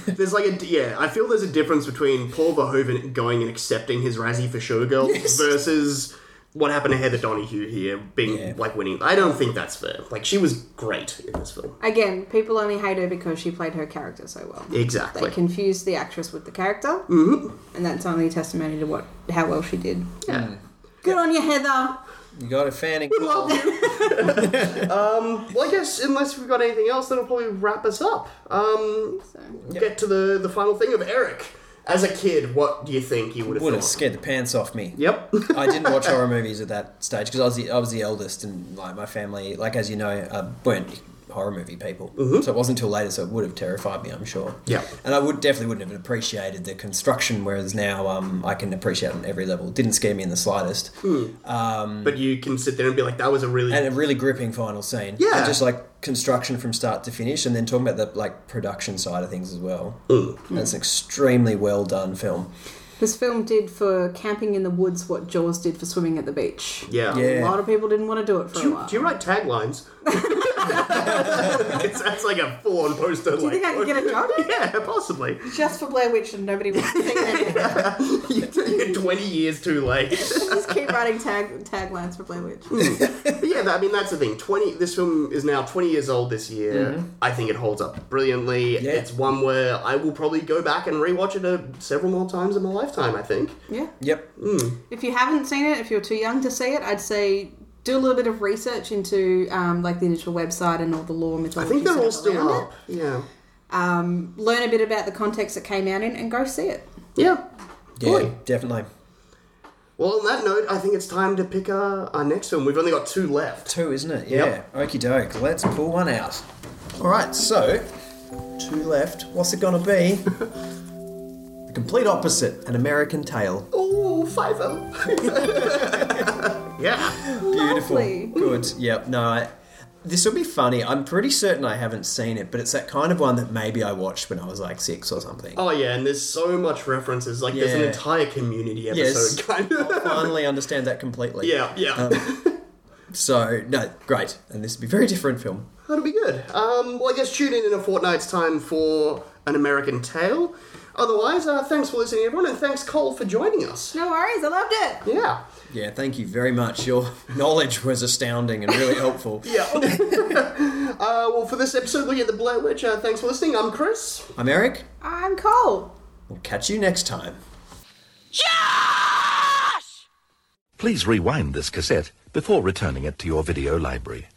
Speaker 2: There's like a yeah. I feel there's a difference between Paul Verhoeven going and accepting his Razzie for Showgirl versus what happened to Heather Donahue here being like winning. I don't think that's fair. Like she was great in this film.
Speaker 3: Again, people only hate her because she played her character so well.
Speaker 2: Exactly.
Speaker 3: They confused the actress with the character,
Speaker 2: hmm
Speaker 3: and that's only testimony to what how well she did.
Speaker 2: Yeah.
Speaker 1: Hmm.
Speaker 3: Good on you, Heather.
Speaker 1: You got a fanning.
Speaker 2: We love you. *laughs* um, well, I guess unless we've got anything else, that'll probably wrap us up. Um, Get to the the final thing of Eric. As a kid, what do you think you would have
Speaker 1: Would
Speaker 2: thought?
Speaker 1: have scared the pants off me.
Speaker 2: Yep.
Speaker 1: I didn't watch horror movies at that stage because I was the, I was the eldest and like my family, like as you know, uh, weren't horror movie people. So it wasn't until later. So it would have terrified me, I'm sure.
Speaker 2: Mm-hmm. Yeah.
Speaker 1: And I would definitely wouldn't have appreciated the construction, whereas now um, I can appreciate it on every level. It didn't scare me in the slightest. Um,
Speaker 2: but you can sit there and be like, that was a really
Speaker 1: and a really gripping final scene.
Speaker 2: Yeah.
Speaker 1: And just like construction from start to finish, and then talking about the like production side of things as well.
Speaker 2: Mm.
Speaker 1: That's an extremely well done film.
Speaker 3: This film did for camping in the woods what Jaws did for swimming at the beach.
Speaker 1: Yeah.
Speaker 3: A
Speaker 1: Yeah.
Speaker 3: lot of people didn't want to do it for
Speaker 2: Do
Speaker 3: a
Speaker 2: you,
Speaker 3: while.
Speaker 2: do you write
Speaker 3: *laughs*
Speaker 2: taglines? it's, that's like a full-on poster. Do
Speaker 3: you think I could get a job?
Speaker 2: Yeah,
Speaker 3: *laughs*
Speaker 2: possibly.
Speaker 3: Just for Blair Witch and nobody wants to think that.
Speaker 2: You're Twenty years too
Speaker 3: *laughs*
Speaker 2: late.
Speaker 3: Just keep writing tag taglines for Blair Witch.
Speaker 2: Hmm. But yeah, that, I mean that's the thing. Twenty. This film is now twenty years old this year.
Speaker 3: Mhm.
Speaker 2: I think it holds up brilliantly. It's one where I will probably go back and rewatch it uh, several more times in my lifetime. I think.
Speaker 3: Yeah.
Speaker 1: Yep.
Speaker 2: Mm.
Speaker 3: If you haven't seen it, if you're too young to see it, I'd say do a little bit of research into um, like the initial website and all the law
Speaker 2: I
Speaker 3: mythology.
Speaker 2: think they're all
Speaker 3: stuff
Speaker 2: still
Speaker 3: around
Speaker 2: up. Yeah.
Speaker 3: It. Um, learn a bit about the context it came out in, and go see it.
Speaker 2: Yeah.
Speaker 1: Yeah, definitely.
Speaker 2: Well, on that note, I think it's time to pick uh, our, our next film. We've only got two left.
Speaker 1: Two, isn't it? Yeah.
Speaker 2: Yep.
Speaker 1: Okie doke. Let's pull one out. All right. So, two left. What's it gonna be? *laughs* the complete opposite. An American Tale.
Speaker 2: Oh, five *laughs* Yeah.
Speaker 1: Beautiful.
Speaker 2: Lovely.
Speaker 1: Good. Yep. No. I, this will be funny. I'm pretty certain I haven't seen it, but it's that kind of one that maybe I watched when I was like six or something.
Speaker 2: Oh yeah, and there's so much references. Like there's an
Speaker 1: Yeah.
Speaker 2: entire community episode.
Speaker 1: Yes.
Speaker 2: Kind of. *laughs*
Speaker 1: I finally understand that completely.
Speaker 2: Yeah, yeah.
Speaker 1: Um, so no, great. And this would be a very different film.
Speaker 2: That'll be good. Um, well, I guess tune in in a fortnight's time for an American Tale. Otherwise, uh, thanks for listening, everyone, and thanks Cole for joining us.
Speaker 3: No worries, I loved it.
Speaker 2: Yeah.
Speaker 1: Yeah, thank you very much. Your *laughs* knowledge was astounding and really helpful.
Speaker 2: Yeah. uh, well, for this episode, we get the Blair Witch. Uh, thanks for listening. I'm Chris.
Speaker 1: I'm Eric.
Speaker 3: I'm Cole.
Speaker 1: We'll catch you next time.
Speaker 11: Please rewind this cassette before returning it to your video library.